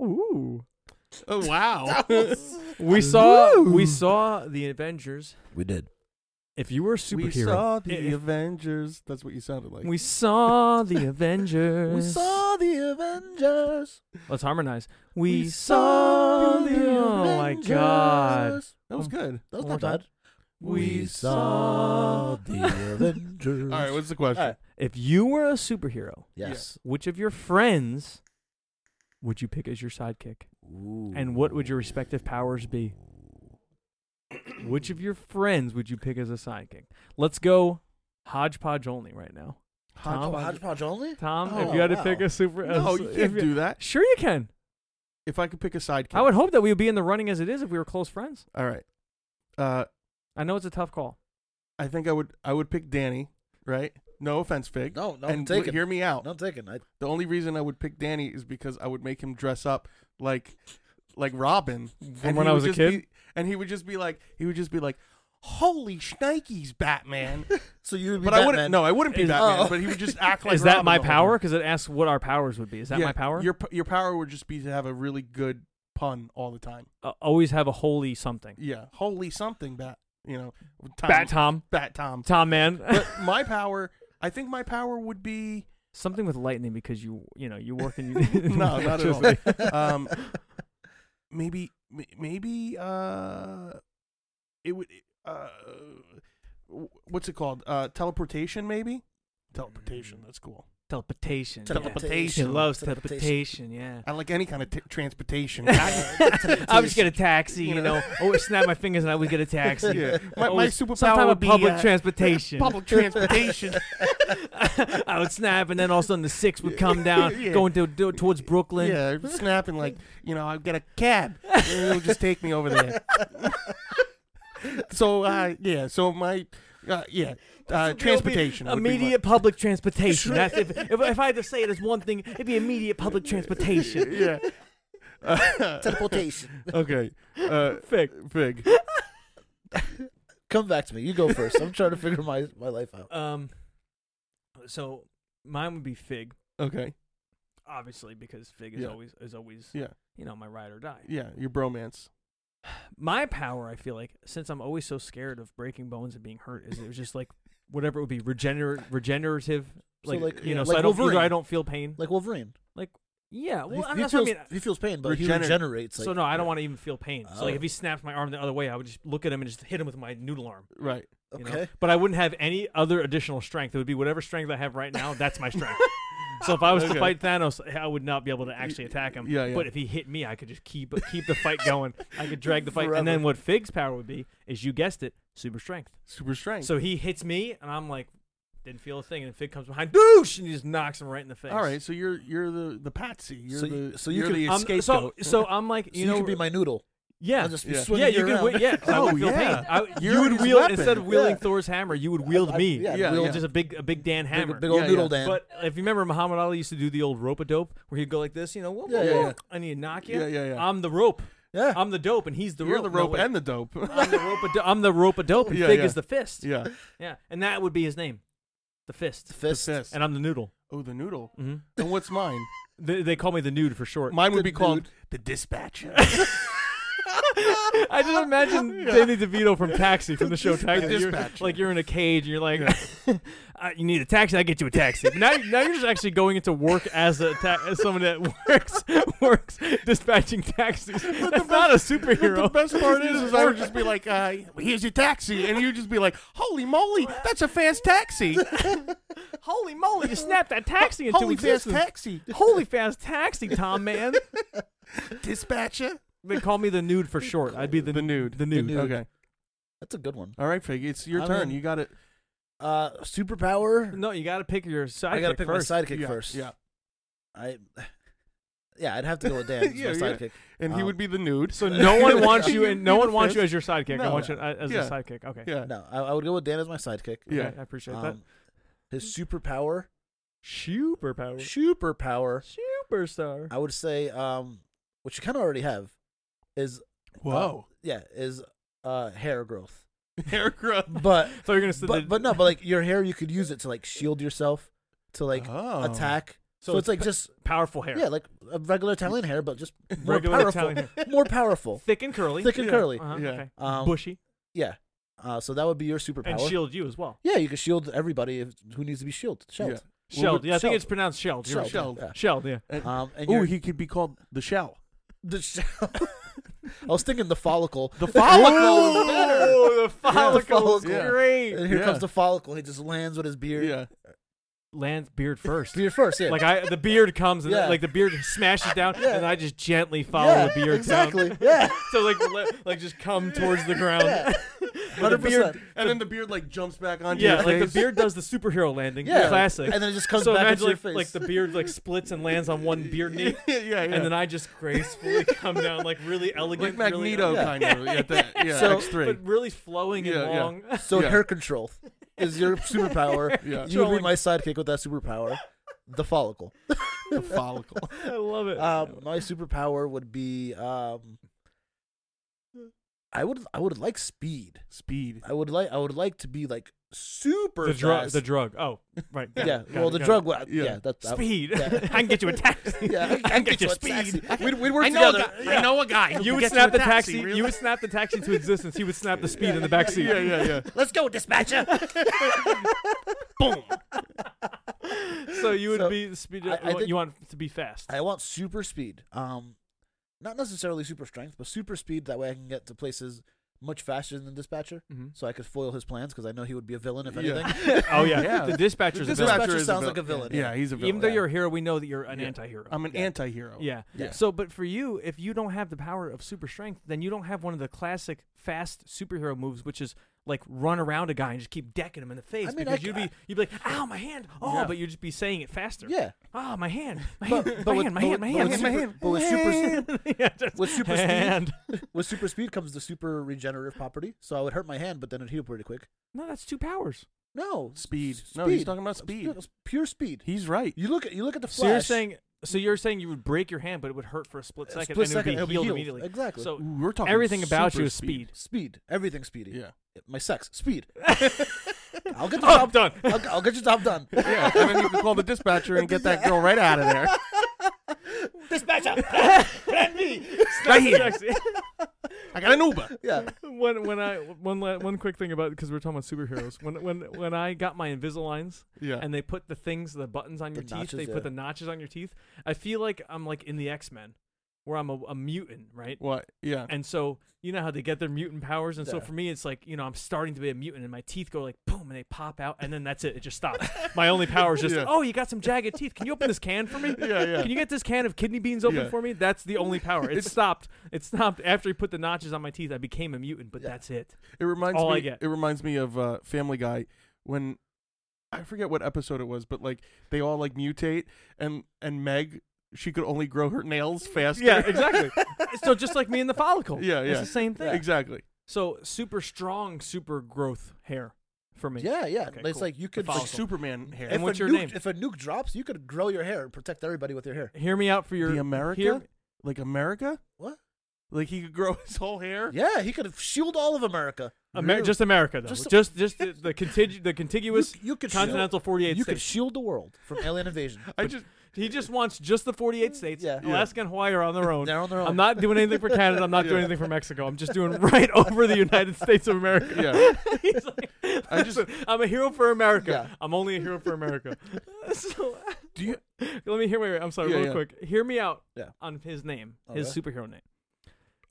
Speaker 3: Ooh.
Speaker 2: Oh wow.
Speaker 1: That was-
Speaker 3: We saw we saw the Avengers.
Speaker 1: we did.
Speaker 3: If you
Speaker 2: *laughs*
Speaker 3: were a
Speaker 2: we
Speaker 3: superhero,
Speaker 2: saw the
Speaker 3: if-
Speaker 2: Avengers. That's what you sounded like.
Speaker 3: we saw the Avengers.
Speaker 1: We saw the Avengers.
Speaker 3: Let's harmonize. We, saw the Oh my god.
Speaker 1: Avengers.
Speaker 2: that was
Speaker 3: um,
Speaker 2: good.
Speaker 1: That was
Speaker 3: One
Speaker 1: not
Speaker 3: more time.
Speaker 1: bad.
Speaker 3: We saw
Speaker 1: the Avengers.
Speaker 2: All right, what's the question?
Speaker 1: All right.
Speaker 3: *laughs* If you were a superhero,
Speaker 1: Yes.
Speaker 3: which of your friends would you pick as your sidekick? And what would your respective powers be? Which of your friends would you pick as a sidekick? Let's go hodgepodge only right now.
Speaker 1: Oh,
Speaker 3: Tom,
Speaker 1: hodgepodge only?
Speaker 3: Tom,
Speaker 2: Oh,
Speaker 3: if you had to pick
Speaker 1: wow.
Speaker 3: a super, a
Speaker 2: No,
Speaker 3: s-
Speaker 2: you
Speaker 3: if
Speaker 2: can't do that.
Speaker 3: Sure, you can.
Speaker 2: If I could pick a sidekick.
Speaker 3: I would hope that we would be in the running as it is if we were close friends.
Speaker 2: All right. Uh,
Speaker 3: I know it's a tough call.
Speaker 2: I think I would. I would pick Danny. Right. No offense, Fig.
Speaker 1: No, no, I'm
Speaker 2: and w-
Speaker 1: taking.
Speaker 2: hear me out.
Speaker 1: No, I'm taking. I,
Speaker 2: The only reason I would pick Danny is because I would make him dress up like like Robin.
Speaker 3: From when
Speaker 2: he
Speaker 3: I
Speaker 2: would
Speaker 3: was a
Speaker 2: just
Speaker 3: kid?
Speaker 2: be- and he would just be like he would just be like, Holy shnikes, Batman.
Speaker 1: so you would be
Speaker 2: But I
Speaker 1: Batman.
Speaker 2: wouldn't no, I wouldn't be
Speaker 3: Is-
Speaker 2: Batman,
Speaker 1: oh.
Speaker 2: but he would just
Speaker 3: *laughs*
Speaker 2: act like
Speaker 3: is that
Speaker 2: Robin
Speaker 3: my
Speaker 2: the whole
Speaker 3: power?
Speaker 2: time.
Speaker 3: Because it asks what our powers would be. Is that
Speaker 2: Yeah,
Speaker 3: my power?
Speaker 2: Your p- your power would just be to have a really good pun all the time.
Speaker 3: Uh, always have a holy something.
Speaker 2: Yeah. Holy something bat you know Tom,
Speaker 3: Bat Tom.
Speaker 2: Bat Tom.
Speaker 3: Tom man. *laughs*
Speaker 2: But my power I think my power would be
Speaker 3: something with lightning because you you know you work and
Speaker 2: *laughs*
Speaker 3: you *laughs*
Speaker 2: No, not at all.
Speaker 3: Electricity.
Speaker 2: um, maybe m- maybe uh it would uh w- what's it called uh teleportation maybe teleportation
Speaker 3: Mm.
Speaker 2: that's cool
Speaker 3: teleportation. yeah.
Speaker 1: Teleportation.
Speaker 3: He loves
Speaker 1: Teleportation.
Speaker 3: teleportation. Yeah.
Speaker 2: i like any kind of t- transportation
Speaker 3: *laughs* I would
Speaker 2: *laughs*
Speaker 3: just get a taxi, you know. I would snap my fingers and I would get a taxi.
Speaker 2: yeah my, my
Speaker 3: Always- Some
Speaker 2: superpower
Speaker 3: type
Speaker 2: would
Speaker 3: of
Speaker 2: be
Speaker 3: public
Speaker 2: uh,
Speaker 3: transportation.
Speaker 2: public *laughs* transportation
Speaker 3: *laughs* I would snap, and then all of a sudden the six would come
Speaker 2: *laughs*
Speaker 3: down,
Speaker 2: Yeah.
Speaker 3: going to, do- towards Brooklyn.
Speaker 2: yeah snapping like you know i'd get a cab and *laughs* it'll just take me over there so uh yeah so my Uh, yeah, uh,
Speaker 6: would be- that would be
Speaker 2: transportation. would be my- *laughs*
Speaker 3: Immediate public transportation. That's if, if if I had to say it as one thing, it'd be
Speaker 2: *laughs*
Speaker 3: immediate public transportation.
Speaker 2: yeah.
Speaker 3: *laughs*
Speaker 2: Uh,
Speaker 1: Teleportation.
Speaker 2: okay. Uh,
Speaker 3: Fig.
Speaker 2: Fig.
Speaker 1: Come back to me. You go first. I'm trying to figure my, my life out.
Speaker 3: Um. So mine would be Fig,
Speaker 2: Okay.
Speaker 3: obviously, because Fig is
Speaker 2: Yeah.
Speaker 3: always is always
Speaker 2: Yeah.
Speaker 3: you know my ride or die.
Speaker 2: Yeah. Your bromance.
Speaker 3: My power, I feel like, since I'm always so scared of breaking bones and being hurt, is it was just like whatever it would be regener- regenerative.
Speaker 1: So,
Speaker 3: Like,
Speaker 1: like,
Speaker 3: you know,
Speaker 1: yeah,
Speaker 3: so
Speaker 1: like
Speaker 3: I don't either
Speaker 1: Wolverine.
Speaker 3: I don't feel pain.
Speaker 1: Like Wolverine.
Speaker 3: Yeah, Uh, well,
Speaker 1: he,
Speaker 3: I mean,
Speaker 1: he
Speaker 3: that's
Speaker 1: feels,
Speaker 3: what I mean.
Speaker 1: he feels pain, but
Speaker 2: Regener-
Speaker 1: he regenerates. Like,
Speaker 3: so no, I don't want to even feel pain. So like
Speaker 1: Oh.
Speaker 3: if he snaps my arm the other way, I would just look at him and just hit him with my noodle arm.
Speaker 2: Right.
Speaker 3: you know?
Speaker 1: Okay.
Speaker 3: But I wouldn't have any other additional strength. It would be whatever strength I have right
Speaker 1: *laughs*
Speaker 3: now. That's my strength.
Speaker 2: *laughs*
Speaker 3: so if I was
Speaker 2: Okay.
Speaker 3: to fight Thanos, I would not be able to actually attack him.
Speaker 2: Yeah, yeah.
Speaker 3: But if he hit me, I could just keep keep the fight going. I could drag the fight. And then
Speaker 1: Forever.
Speaker 3: what Fig's power would be is you guessed it, super strength.
Speaker 2: Super strength.
Speaker 3: So he hits me, and I'm like, didn't feel a thing. And Fig comes behind, douche, and he just knocks him right in the face.
Speaker 2: all right. So you're you're the the patsy. You're
Speaker 1: So you-
Speaker 2: the
Speaker 1: so you
Speaker 2: are
Speaker 1: could-
Speaker 2: the
Speaker 3: Um,
Speaker 2: scapegoat.
Speaker 3: so so I'm like,
Speaker 1: So
Speaker 3: you know,
Speaker 1: could be my noodle.
Speaker 3: yeah,
Speaker 1: I'll just be
Speaker 2: Yeah.
Speaker 1: swinging
Speaker 3: yeah, you
Speaker 1: around.
Speaker 3: can.
Speaker 1: *laughs*
Speaker 3: Wi- yeah, 'cause I
Speaker 2: Oh,
Speaker 3: would feel
Speaker 2: yeah.
Speaker 3: pain. I,
Speaker 2: You're
Speaker 3: you would
Speaker 2: his
Speaker 3: wield
Speaker 2: weapon.
Speaker 3: instead of wielding
Speaker 1: Yeah.
Speaker 3: Thor's hammer. You would wield
Speaker 1: I-
Speaker 3: me.
Speaker 1: yeah,
Speaker 2: Yeah,
Speaker 1: noodle.
Speaker 2: yeah.
Speaker 3: Just a big, a big Dan hammer.
Speaker 1: Big, big old
Speaker 2: Yeah,
Speaker 1: noodle
Speaker 2: yeah.
Speaker 1: Dan.
Speaker 3: But if you remember, Muhammad Ali used to do the old rope a dope, where he'd go like this, you know, whoop,
Speaker 1: Yeah,
Speaker 3: whoop,
Speaker 1: yeah,
Speaker 3: whoop, and he'd knock you.
Speaker 2: yeah, yeah, yeah.
Speaker 3: I'm the rope.
Speaker 1: yeah.
Speaker 3: I'm the dope, and he's the
Speaker 2: you're
Speaker 3: rope.
Speaker 2: the
Speaker 3: No,
Speaker 2: rope
Speaker 3: wait.
Speaker 2: and the
Speaker 3: *laughs*
Speaker 2: dope.
Speaker 3: I'm the rope. A do- I'm the rope a dope, and
Speaker 2: Yeah,
Speaker 3: Fig
Speaker 2: yeah.
Speaker 3: is the fist.
Speaker 2: yeah.
Speaker 3: Yeah, and that would be his name, the fist.
Speaker 1: fist.
Speaker 2: The fist.
Speaker 3: And I'm the noodle.
Speaker 2: oh, the noodle.
Speaker 3: hmm
Speaker 2: And what's
Speaker 3: *laughs*
Speaker 2: mine?
Speaker 3: They, they call me the nude for short.
Speaker 2: Mine would
Speaker 1: The
Speaker 2: be called
Speaker 1: dude.
Speaker 2: the
Speaker 3: *laughs*
Speaker 2: dispatcher.
Speaker 3: I just imagine *laughs*
Speaker 2: Yeah.
Speaker 3: Danny DeVito from
Speaker 2: *laughs*
Speaker 3: Taxi, from the *laughs* show Taxi. You're-
Speaker 2: dispatch.
Speaker 3: like you're in a cage and you're like, *laughs* "Uh, you need a taxi, I get you a taxi. But now, now you're just actually going into work as a ta- as someone that works *laughs* works dispatching taxis. That's not a superhero.
Speaker 2: The best part is, is I would
Speaker 3: *laughs*
Speaker 2: just be like, uh, "Here's your taxi," and you'd just be like, "Holy moly, that's a fast taxi!
Speaker 3: *laughs* Holy moly, you snapped that taxi into
Speaker 2: Holy fast
Speaker 3: existence.
Speaker 2: taxi,
Speaker 3: Holy fast taxi, Tom man.
Speaker 2: dispatcher."
Speaker 3: They call me
Speaker 1: *laughs*
Speaker 3: the nude for short. I'd be the,
Speaker 2: The nude.
Speaker 3: The nude.
Speaker 1: nude. *laughs*
Speaker 2: Okay,
Speaker 1: *laughs* That's a good one.
Speaker 2: all right, Fig, it's your
Speaker 1: I
Speaker 2: turn.
Speaker 1: mean,
Speaker 2: you got it.
Speaker 1: Uh, superpower.
Speaker 3: No, you gotta pick your sidekick
Speaker 1: I gotta pick
Speaker 3: first.
Speaker 1: my sidekick
Speaker 2: yeah,
Speaker 1: first.
Speaker 2: Yeah,
Speaker 1: I. Yeah, I'd have to go with
Speaker 3: *laughs*
Speaker 1: Dan. as
Speaker 2: Yeah,
Speaker 1: my
Speaker 2: yeah.
Speaker 1: sidekick.
Speaker 2: and he
Speaker 1: Um,
Speaker 2: would be the nude.
Speaker 3: So *laughs* no one
Speaker 2: *laughs*
Speaker 1: *laughs*
Speaker 3: wants you,
Speaker 2: You'd
Speaker 3: and
Speaker 2: be
Speaker 3: no
Speaker 2: the
Speaker 3: one wants you
Speaker 2: fist.
Speaker 3: as your sidekick. I
Speaker 2: No.
Speaker 3: want you a- as
Speaker 2: Yeah.
Speaker 3: a sidekick. Okay.
Speaker 2: Yeah,
Speaker 1: No, I, I would go with Dan as my sidekick.
Speaker 2: yeah.
Speaker 3: Okay, I appreciate that.
Speaker 1: Um, his superpower,
Speaker 3: Superpower.
Speaker 1: superpower,
Speaker 3: Superstar.
Speaker 1: I would say, um, which you kind of already have, is
Speaker 2: Whoa,
Speaker 1: uh, yeah, is uh *laughs* hair growth.
Speaker 2: hair growth.
Speaker 1: But
Speaker 3: *laughs* So you're gonna sit
Speaker 1: but but no, but like your hair, you could use it to like shield yourself, to like
Speaker 2: Oh.
Speaker 1: attack. So,
Speaker 3: So
Speaker 1: it's
Speaker 3: it's
Speaker 1: like
Speaker 3: pa-
Speaker 1: just
Speaker 3: powerful hair.
Speaker 1: yeah, like a regular Italian hair, but just more
Speaker 3: Regular
Speaker 1: powerful,
Speaker 3: Italian
Speaker 1: more powerful,
Speaker 3: Thick and curly.
Speaker 1: thick and
Speaker 2: Yeah.
Speaker 1: curly.
Speaker 3: Uh-huh,
Speaker 2: Yeah.
Speaker 3: okay.
Speaker 1: Um,
Speaker 3: Bushy.
Speaker 1: Yeah. Uh, so that would be your superpower.
Speaker 3: And shield you as well.
Speaker 1: Yeah, you could shield everybody if, who needs to be shielded. Shelled.
Speaker 3: Shelled. Yeah, I think
Speaker 1: shelled.
Speaker 3: it's pronounced shelled. You're
Speaker 1: Shelled.
Speaker 3: right.
Speaker 2: shelled.
Speaker 1: Yeah.
Speaker 3: Shelled, yeah.
Speaker 1: Um, and
Speaker 2: Oh,
Speaker 1: you're,
Speaker 2: he could be called the shell.
Speaker 1: the shell. *laughs* I was thinking the follicle.
Speaker 2: The follicle is better.
Speaker 1: *laughs*
Speaker 3: Oh, the follicle's
Speaker 1: follicle.
Speaker 2: Yeah.
Speaker 3: great.
Speaker 1: And here
Speaker 2: Yeah.
Speaker 1: comes the follicle. He just lands with his beard.
Speaker 2: Yeah,
Speaker 3: Lands
Speaker 1: *laughs*
Speaker 3: beard first.
Speaker 1: Beard first, yeah.
Speaker 3: Like I, the beard comes and
Speaker 1: Yeah.
Speaker 3: like the beard smashes down,
Speaker 1: Yeah.
Speaker 3: and I just gently follow
Speaker 1: Yeah,
Speaker 3: the beard down.
Speaker 1: Exactly. Yeah.
Speaker 3: So like, le- like just
Speaker 1: *laughs*
Speaker 3: come towards the ground.
Speaker 1: Yeah.
Speaker 3: With the
Speaker 1: 100%.
Speaker 3: beard,
Speaker 2: and then the beard like jumps back onto
Speaker 3: yeah,
Speaker 2: your
Speaker 3: like the
Speaker 2: face.
Speaker 3: beard does the superhero landing,
Speaker 1: Yeah.
Speaker 3: classic.
Speaker 1: And then it just comes
Speaker 3: so
Speaker 1: back
Speaker 3: imagine
Speaker 1: into
Speaker 3: like,
Speaker 1: your
Speaker 3: like
Speaker 1: face.
Speaker 3: the beard like splits and lands on one
Speaker 1: *laughs*
Speaker 3: beard knee,
Speaker 2: *laughs* yeah, yeah.
Speaker 3: and then I just gracefully come down like really
Speaker 2: like
Speaker 3: elegant,
Speaker 1: *laughs*
Speaker 3: really
Speaker 2: Magneto
Speaker 1: Yeah.
Speaker 2: kind of.
Speaker 3: *laughs*
Speaker 2: Yeah, the, yeah
Speaker 1: So-
Speaker 2: X
Speaker 3: ele-
Speaker 2: three.
Speaker 3: but really flowing
Speaker 2: Yeah,
Speaker 3: and
Speaker 2: yeah.
Speaker 3: long. *laughs*
Speaker 1: So
Speaker 2: Yeah.
Speaker 1: hair control is your superpower.
Speaker 2: *laughs* Yeah.
Speaker 1: You would be my sidekick with that superpower. The follicle.
Speaker 2: the
Speaker 3: *laughs*
Speaker 2: follicle.
Speaker 3: I love it.
Speaker 1: Um, my superpower would be um, I would I would like speed.
Speaker 2: Speed.
Speaker 1: I would like I would like to be like super
Speaker 3: the drug,
Speaker 1: fast.
Speaker 3: the drug. Oh, right.
Speaker 1: *laughs*
Speaker 3: got
Speaker 1: yeah.
Speaker 3: it, got
Speaker 1: Well,
Speaker 3: it,
Speaker 1: the
Speaker 3: got
Speaker 1: drug.
Speaker 3: it.
Speaker 1: wa-
Speaker 2: Yeah.
Speaker 1: Yeah. That's I-
Speaker 3: Speed.
Speaker 1: yeah.
Speaker 3: *laughs* I can get you a taxi.
Speaker 1: *laughs* Yeah, I, I
Speaker 3: can *laughs* get you
Speaker 1: a
Speaker 3: speed.
Speaker 1: taxi. We'd, we'd work
Speaker 3: I know a
Speaker 1: together.
Speaker 3: guy-
Speaker 1: Yeah.
Speaker 3: I
Speaker 2: know a guy.
Speaker 3: You would snap the taxi. You would snap the taxi to existence. He would snap the speed in
Speaker 1: *laughs*
Speaker 3: the back seat.
Speaker 2: Yeah, yeah,
Speaker 3: *laughs*
Speaker 2: yeah.
Speaker 1: Let's go, dispatcher.
Speaker 2: Boom.
Speaker 3: So you would
Speaker 1: So,
Speaker 3: be the speed. uh,
Speaker 1: I- I
Speaker 3: you
Speaker 1: think-
Speaker 3: want to be fast.
Speaker 1: I want super speed. Um, not necessarily super strength, but super speed. That way, I can get to places much faster than dispatcher.
Speaker 3: Mhm.
Speaker 1: So I could foil his plans because I know he would be a villain if anything.
Speaker 2: Yeah.
Speaker 3: *laughs* Oh yeah,
Speaker 2: Yeah.
Speaker 3: the dispatcher's
Speaker 1: The
Speaker 3: a villain.
Speaker 1: dispatcher
Speaker 2: is
Speaker 1: sounds
Speaker 2: vil-
Speaker 1: like a villain,
Speaker 2: Yeah,
Speaker 1: yeah.
Speaker 2: he's a villain.
Speaker 3: Even though
Speaker 1: Yeah.
Speaker 3: you're a hero, we know that you're an
Speaker 2: Yeah.
Speaker 3: anti-hero.
Speaker 2: I'm an
Speaker 1: Yeah.
Speaker 2: anti-hero.
Speaker 3: yeah.
Speaker 2: Yeah.
Speaker 3: So, but for you, if you don't have the power of super strength, then you don't have one of the classic fast superhero moves, which is like run around a guy and just keep decking him in the face
Speaker 1: mean, I
Speaker 3: because
Speaker 1: c-
Speaker 3: you'd be
Speaker 1: I-
Speaker 3: you'd be like, "Ow, my hand!" Oh,
Speaker 7: Yeah.
Speaker 3: but you'd just be saying it faster.
Speaker 1: Yeah.
Speaker 3: Ah, my hand, my
Speaker 1: But-
Speaker 3: hand, *laughs*
Speaker 1: but
Speaker 3: my
Speaker 1: with-
Speaker 3: hand, my
Speaker 1: but
Speaker 3: hand, my
Speaker 1: with-
Speaker 3: hand,
Speaker 1: but
Speaker 3: my
Speaker 1: with
Speaker 3: hand.
Speaker 1: super- but with super speed-
Speaker 3: *laughs* yeah, just
Speaker 1: with super speed-
Speaker 3: hand.
Speaker 1: *laughs*
Speaker 3: *laughs*
Speaker 1: With super speed comes the super regenerative property. So I would hurt my hand, but then it'd heal pretty quick.
Speaker 3: No, that's two powers.
Speaker 1: No,
Speaker 2: Speed.
Speaker 1: s-
Speaker 2: No, he's talking about
Speaker 1: It's
Speaker 2: speed.
Speaker 1: pure- it's Pure speed.
Speaker 2: He's right.
Speaker 1: You look at you look at the flash.
Speaker 3: So you're saying, so you're saying you would break your hand, but it would hurt for a split
Speaker 1: A
Speaker 3: second,
Speaker 1: split
Speaker 3: and it would
Speaker 1: second,
Speaker 3: be
Speaker 1: it'll
Speaker 3: healed,
Speaker 1: be healed.
Speaker 3: immediately.
Speaker 1: Exactly.
Speaker 3: So
Speaker 2: Ooh, we're talking
Speaker 3: everything about
Speaker 2: super
Speaker 3: you is speed.
Speaker 1: speed. Everything speedy.
Speaker 2: Yeah.
Speaker 1: My sex.
Speaker 3: *laughs*
Speaker 1: Speed. I'll get the
Speaker 3: Oh, I'm
Speaker 1: job.
Speaker 3: done.
Speaker 1: I'll, I'll get your job
Speaker 3: *laughs*
Speaker 1: done.
Speaker 2: yeah, and then you can call the dispatcher and get that girl right out of there.
Speaker 1: Dispatcher.
Speaker 3: *laughs*
Speaker 1: Plan me.
Speaker 2: Right here. I got an Uber.
Speaker 1: Yeah.
Speaker 3: when when I one la- one quick thing about because we're talking about superheroes. When when when I got my Invisaligns
Speaker 2: Yeah.
Speaker 3: and they put the things the buttons on
Speaker 1: The
Speaker 3: your teeth,
Speaker 1: notches,
Speaker 3: they
Speaker 1: yeah.
Speaker 3: put the notches on your teeth. I feel like I'm like in the X Men, where I'm a, a mutant, right?
Speaker 2: what? Yeah.
Speaker 3: And so you know how they get their mutant powers, and so
Speaker 1: Yeah.
Speaker 3: for me, it's like you know I'm starting to be a mutant, and my teeth go like boom, and they pop out, and then that's it. It
Speaker 2: *laughs*
Speaker 3: just stops. my only power is just
Speaker 2: Yeah.
Speaker 3: oh, you got some jagged teeth. Can you open this can for me?
Speaker 2: *laughs* Yeah, yeah.
Speaker 3: Can you get this can of kidney beans open
Speaker 2: Yeah.
Speaker 3: for me? That's the only power. It
Speaker 2: It's-
Speaker 3: stopped. It stopped after he put the notches on my teeth. I became a mutant, but
Speaker 1: Yeah.
Speaker 3: that's it.
Speaker 2: It reminds
Speaker 3: all
Speaker 2: me.
Speaker 3: I get.
Speaker 2: It reminds me of uh, Family Guy when I forget what episode it was, but like they all like mutate and and Meg she could only grow her nails faster.
Speaker 3: Yeah, exactly. so just like me in the
Speaker 2: *laughs*
Speaker 3: follicle.
Speaker 2: Yeah,
Speaker 3: It's
Speaker 2: yeah.
Speaker 3: the same thing.
Speaker 2: exactly.
Speaker 3: So super strong, super growth hair for me.
Speaker 1: Yeah. Yeah.
Speaker 3: Okay,
Speaker 1: it's
Speaker 3: cool.
Speaker 1: like you could.
Speaker 2: It's like
Speaker 3: Follicle.
Speaker 2: Superman hair.
Speaker 1: if
Speaker 3: And what's
Speaker 1: a
Speaker 3: your
Speaker 1: nuke,
Speaker 3: name?
Speaker 1: If a nuke drops, you could grow your hair and protect everybody with your hair.
Speaker 3: Hear me out for your
Speaker 2: the America,
Speaker 3: hear-
Speaker 2: like America,
Speaker 1: What?
Speaker 2: like he could grow *laughs* his whole hair.
Speaker 1: Yeah, he could shield all of America.
Speaker 3: Amer-
Speaker 1: You-
Speaker 3: just America though.
Speaker 1: Just-
Speaker 3: Just just, the, the, contig- the contiguous
Speaker 1: you could
Speaker 3: continental
Speaker 1: shield,
Speaker 3: 48
Speaker 1: You could
Speaker 3: states.
Speaker 1: shield the world from alien invasion.
Speaker 3: *laughs*
Speaker 2: I *laughs* just
Speaker 3: he just wants just the 48 states.
Speaker 1: Yeah. Yeah.
Speaker 3: Alaska and Hawaii are on
Speaker 2: *laughs*
Speaker 3: their own.
Speaker 1: They're on their own.
Speaker 3: Oh,
Speaker 1: *laughs*
Speaker 3: I'm not *laughs* doing anything for Canada. I'm not doing anything for Mexico. I'm just doing right *laughs* over the United States of America.
Speaker 2: yeah.
Speaker 3: *laughs* He's like,
Speaker 2: I just
Speaker 3: *laughs* I'm a hero for America.
Speaker 1: Yeah.
Speaker 3: I'm only a hero
Speaker 2: *laughs*
Speaker 3: for America. so
Speaker 2: do you
Speaker 3: *laughs* Let me hear. Wait, wait, I'm sorry,
Speaker 2: Yeah,
Speaker 3: real
Speaker 2: yeah.
Speaker 3: quick. Hear me out
Speaker 1: Yeah.
Speaker 3: on his name,
Speaker 1: Oh,
Speaker 3: his
Speaker 1: yeah?
Speaker 3: superhero name.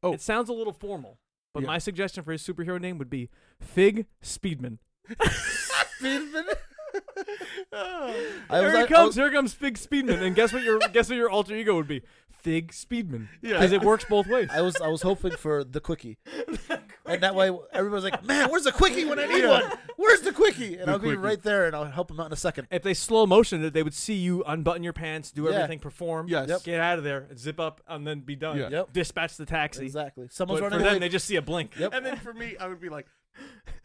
Speaker 2: Oh.
Speaker 3: it sounds a little formal, but
Speaker 2: Yeah.
Speaker 3: my suggestion for his superhero name would be Fig Speedman.
Speaker 1: I was
Speaker 3: here he
Speaker 1: like- oh. I
Speaker 3: comes.
Speaker 1: was-
Speaker 3: here comes Fig Speedman, and guess what
Speaker 1: *laughs*
Speaker 3: your guess what your alter ego would be? Fig Speedman.
Speaker 2: Yeah.
Speaker 3: because it works both ways.
Speaker 1: I was I was hoping for *laughs* the quickie, and that way everybody's like, "Man, where's the quickie when I need one?
Speaker 2: Yeah.
Speaker 1: Where's the quickie?" And
Speaker 2: The
Speaker 1: I'll be
Speaker 2: quickie.
Speaker 1: right there, and I'll help him out in a second.
Speaker 3: if they slow motion it, they would see you unbutton your pants, do
Speaker 1: Yeah.
Speaker 3: everything, perform,
Speaker 2: Yes. Yep.
Speaker 3: get out of there, zip up, and then be done.
Speaker 2: Yeah.
Speaker 1: Yep.
Speaker 3: Dispatch the taxi.
Speaker 1: Exactly.
Speaker 3: But
Speaker 1: Someone's
Speaker 3: for
Speaker 1: running
Speaker 3: them,
Speaker 1: away.
Speaker 3: they just see a
Speaker 1: *laughs*
Speaker 3: blink. *laughs*
Speaker 1: Yep.
Speaker 2: And then for me, I would be like,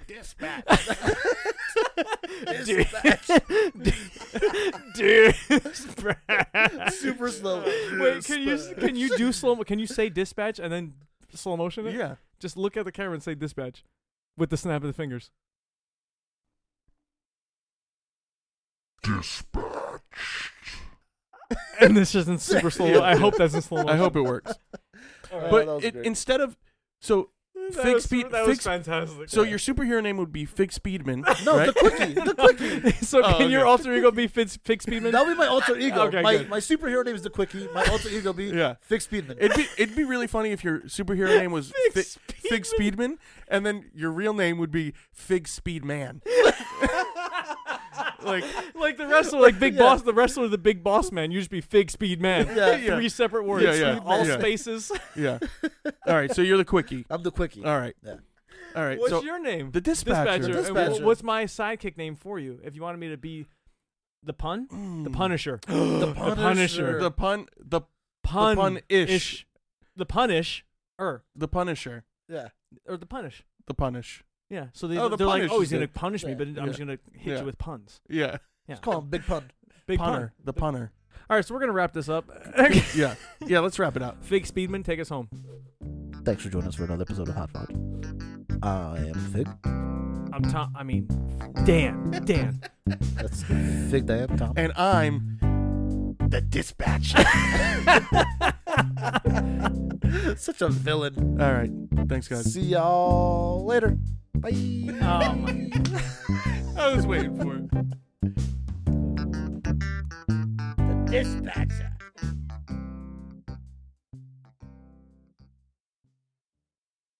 Speaker 2: dispatch. *laughs*
Speaker 3: *laughs*
Speaker 1: *laughs*
Speaker 3: Dispatch.
Speaker 1: super slow.
Speaker 3: *laughs* Wait, can you can you do slow? mo- Can you say dispatch and then slow motion it?
Speaker 2: yeah.
Speaker 3: Just look at the camera and say dispatch with the snap of the fingers. Dispatch. And this isn't super slow.
Speaker 2: Yeah.
Speaker 3: I hope that's in slow motion.
Speaker 2: I hope
Speaker 1: *laughs*
Speaker 2: it works.
Speaker 1: Oh, that
Speaker 2: but
Speaker 1: was
Speaker 2: it,
Speaker 1: great.
Speaker 2: instead of so
Speaker 3: That
Speaker 2: Fig
Speaker 3: was-
Speaker 2: Speed-
Speaker 3: That
Speaker 2: Fig
Speaker 3: was
Speaker 2: Sp-
Speaker 3: fantastic.
Speaker 2: so
Speaker 3: *laughs*
Speaker 2: your superhero name would be Fig
Speaker 1: *laughs*
Speaker 2: Speedman.
Speaker 1: no,
Speaker 2: right?
Speaker 1: the quickie, the quickie.
Speaker 3: *laughs* so
Speaker 2: Oh,
Speaker 3: can your
Speaker 2: okay.
Speaker 3: alter ego be Fitz, Fig Speedman?
Speaker 1: That'll be my alter ego.
Speaker 3: Okay,
Speaker 1: my,
Speaker 3: good.
Speaker 1: my superhero name is the quickie. My alter ego
Speaker 3: *laughs*
Speaker 1: be
Speaker 2: Yeah.
Speaker 1: Fix Speedman.
Speaker 2: It'd be it'd be really funny if your superhero name was Fig,
Speaker 3: Fig
Speaker 2: Fig Speedman, and then your real name would be Fig Speedman.
Speaker 1: *laughs*
Speaker 2: like
Speaker 3: *laughs* like the wrestler, like Big
Speaker 1: Yeah.
Speaker 3: Boss, the wrestler, the Big Boss Man, used to be Fig Speed *laughs* Man.
Speaker 1: Yeah.
Speaker 2: Yeah.
Speaker 3: Three separate words,
Speaker 2: Yeah, yeah.
Speaker 3: all
Speaker 2: Yeah.
Speaker 3: *laughs* spaces.
Speaker 2: *laughs* yeah. All right, so you're the quickie.
Speaker 1: I'm the quickie.
Speaker 2: All right.
Speaker 1: Yeah.
Speaker 2: All right.
Speaker 3: What's
Speaker 2: so
Speaker 3: your name?
Speaker 2: the dispatcher.
Speaker 3: Dispatcher.
Speaker 1: The
Speaker 3: And wha-
Speaker 1: dispatcher.
Speaker 3: What's my sidekick name for you? If you wanted me to be the pun, the Punisher,
Speaker 1: Hmm. The
Speaker 3: Punisher.
Speaker 1: Punisher.
Speaker 2: the pun the
Speaker 3: pun,
Speaker 2: pun-ish.
Speaker 3: ish. the punish, or
Speaker 2: the Punisher.
Speaker 1: Yeah.
Speaker 3: or the punish.
Speaker 2: The punish.
Speaker 3: Yeah. So they,
Speaker 2: Oh, the
Speaker 3: they're like,
Speaker 2: punish
Speaker 3: oh,
Speaker 2: is
Speaker 3: he's gonna
Speaker 2: good.
Speaker 3: punish me,
Speaker 1: Yeah.
Speaker 3: but
Speaker 2: Yeah.
Speaker 3: I'm just gonna hit
Speaker 2: Yeah.
Speaker 3: you with puns.
Speaker 2: Yeah.
Speaker 3: Yeah.
Speaker 1: Call him Big Pun.
Speaker 3: Big
Speaker 2: punter.
Speaker 3: punter.
Speaker 2: The punter.
Speaker 3: All right, so we're gonna wrap this *laughs* up.
Speaker 2: Yeah. Yeah, let's wrap it up.
Speaker 3: Fig Speedman, take us home.
Speaker 1: Thanks for joining us for another episode of Hot Rod. I am Fig.
Speaker 3: I'm Tom. I mean, Dan. Dan.
Speaker 1: That's Fig Diane Tom.
Speaker 2: And I'm the dispatcher.
Speaker 1: *laughs* Such a villain.
Speaker 2: All right. Thanks, guys.
Speaker 1: See y'all later. Bye.
Speaker 3: Oh my.
Speaker 2: I was waiting for it.
Speaker 1: The dispatcher.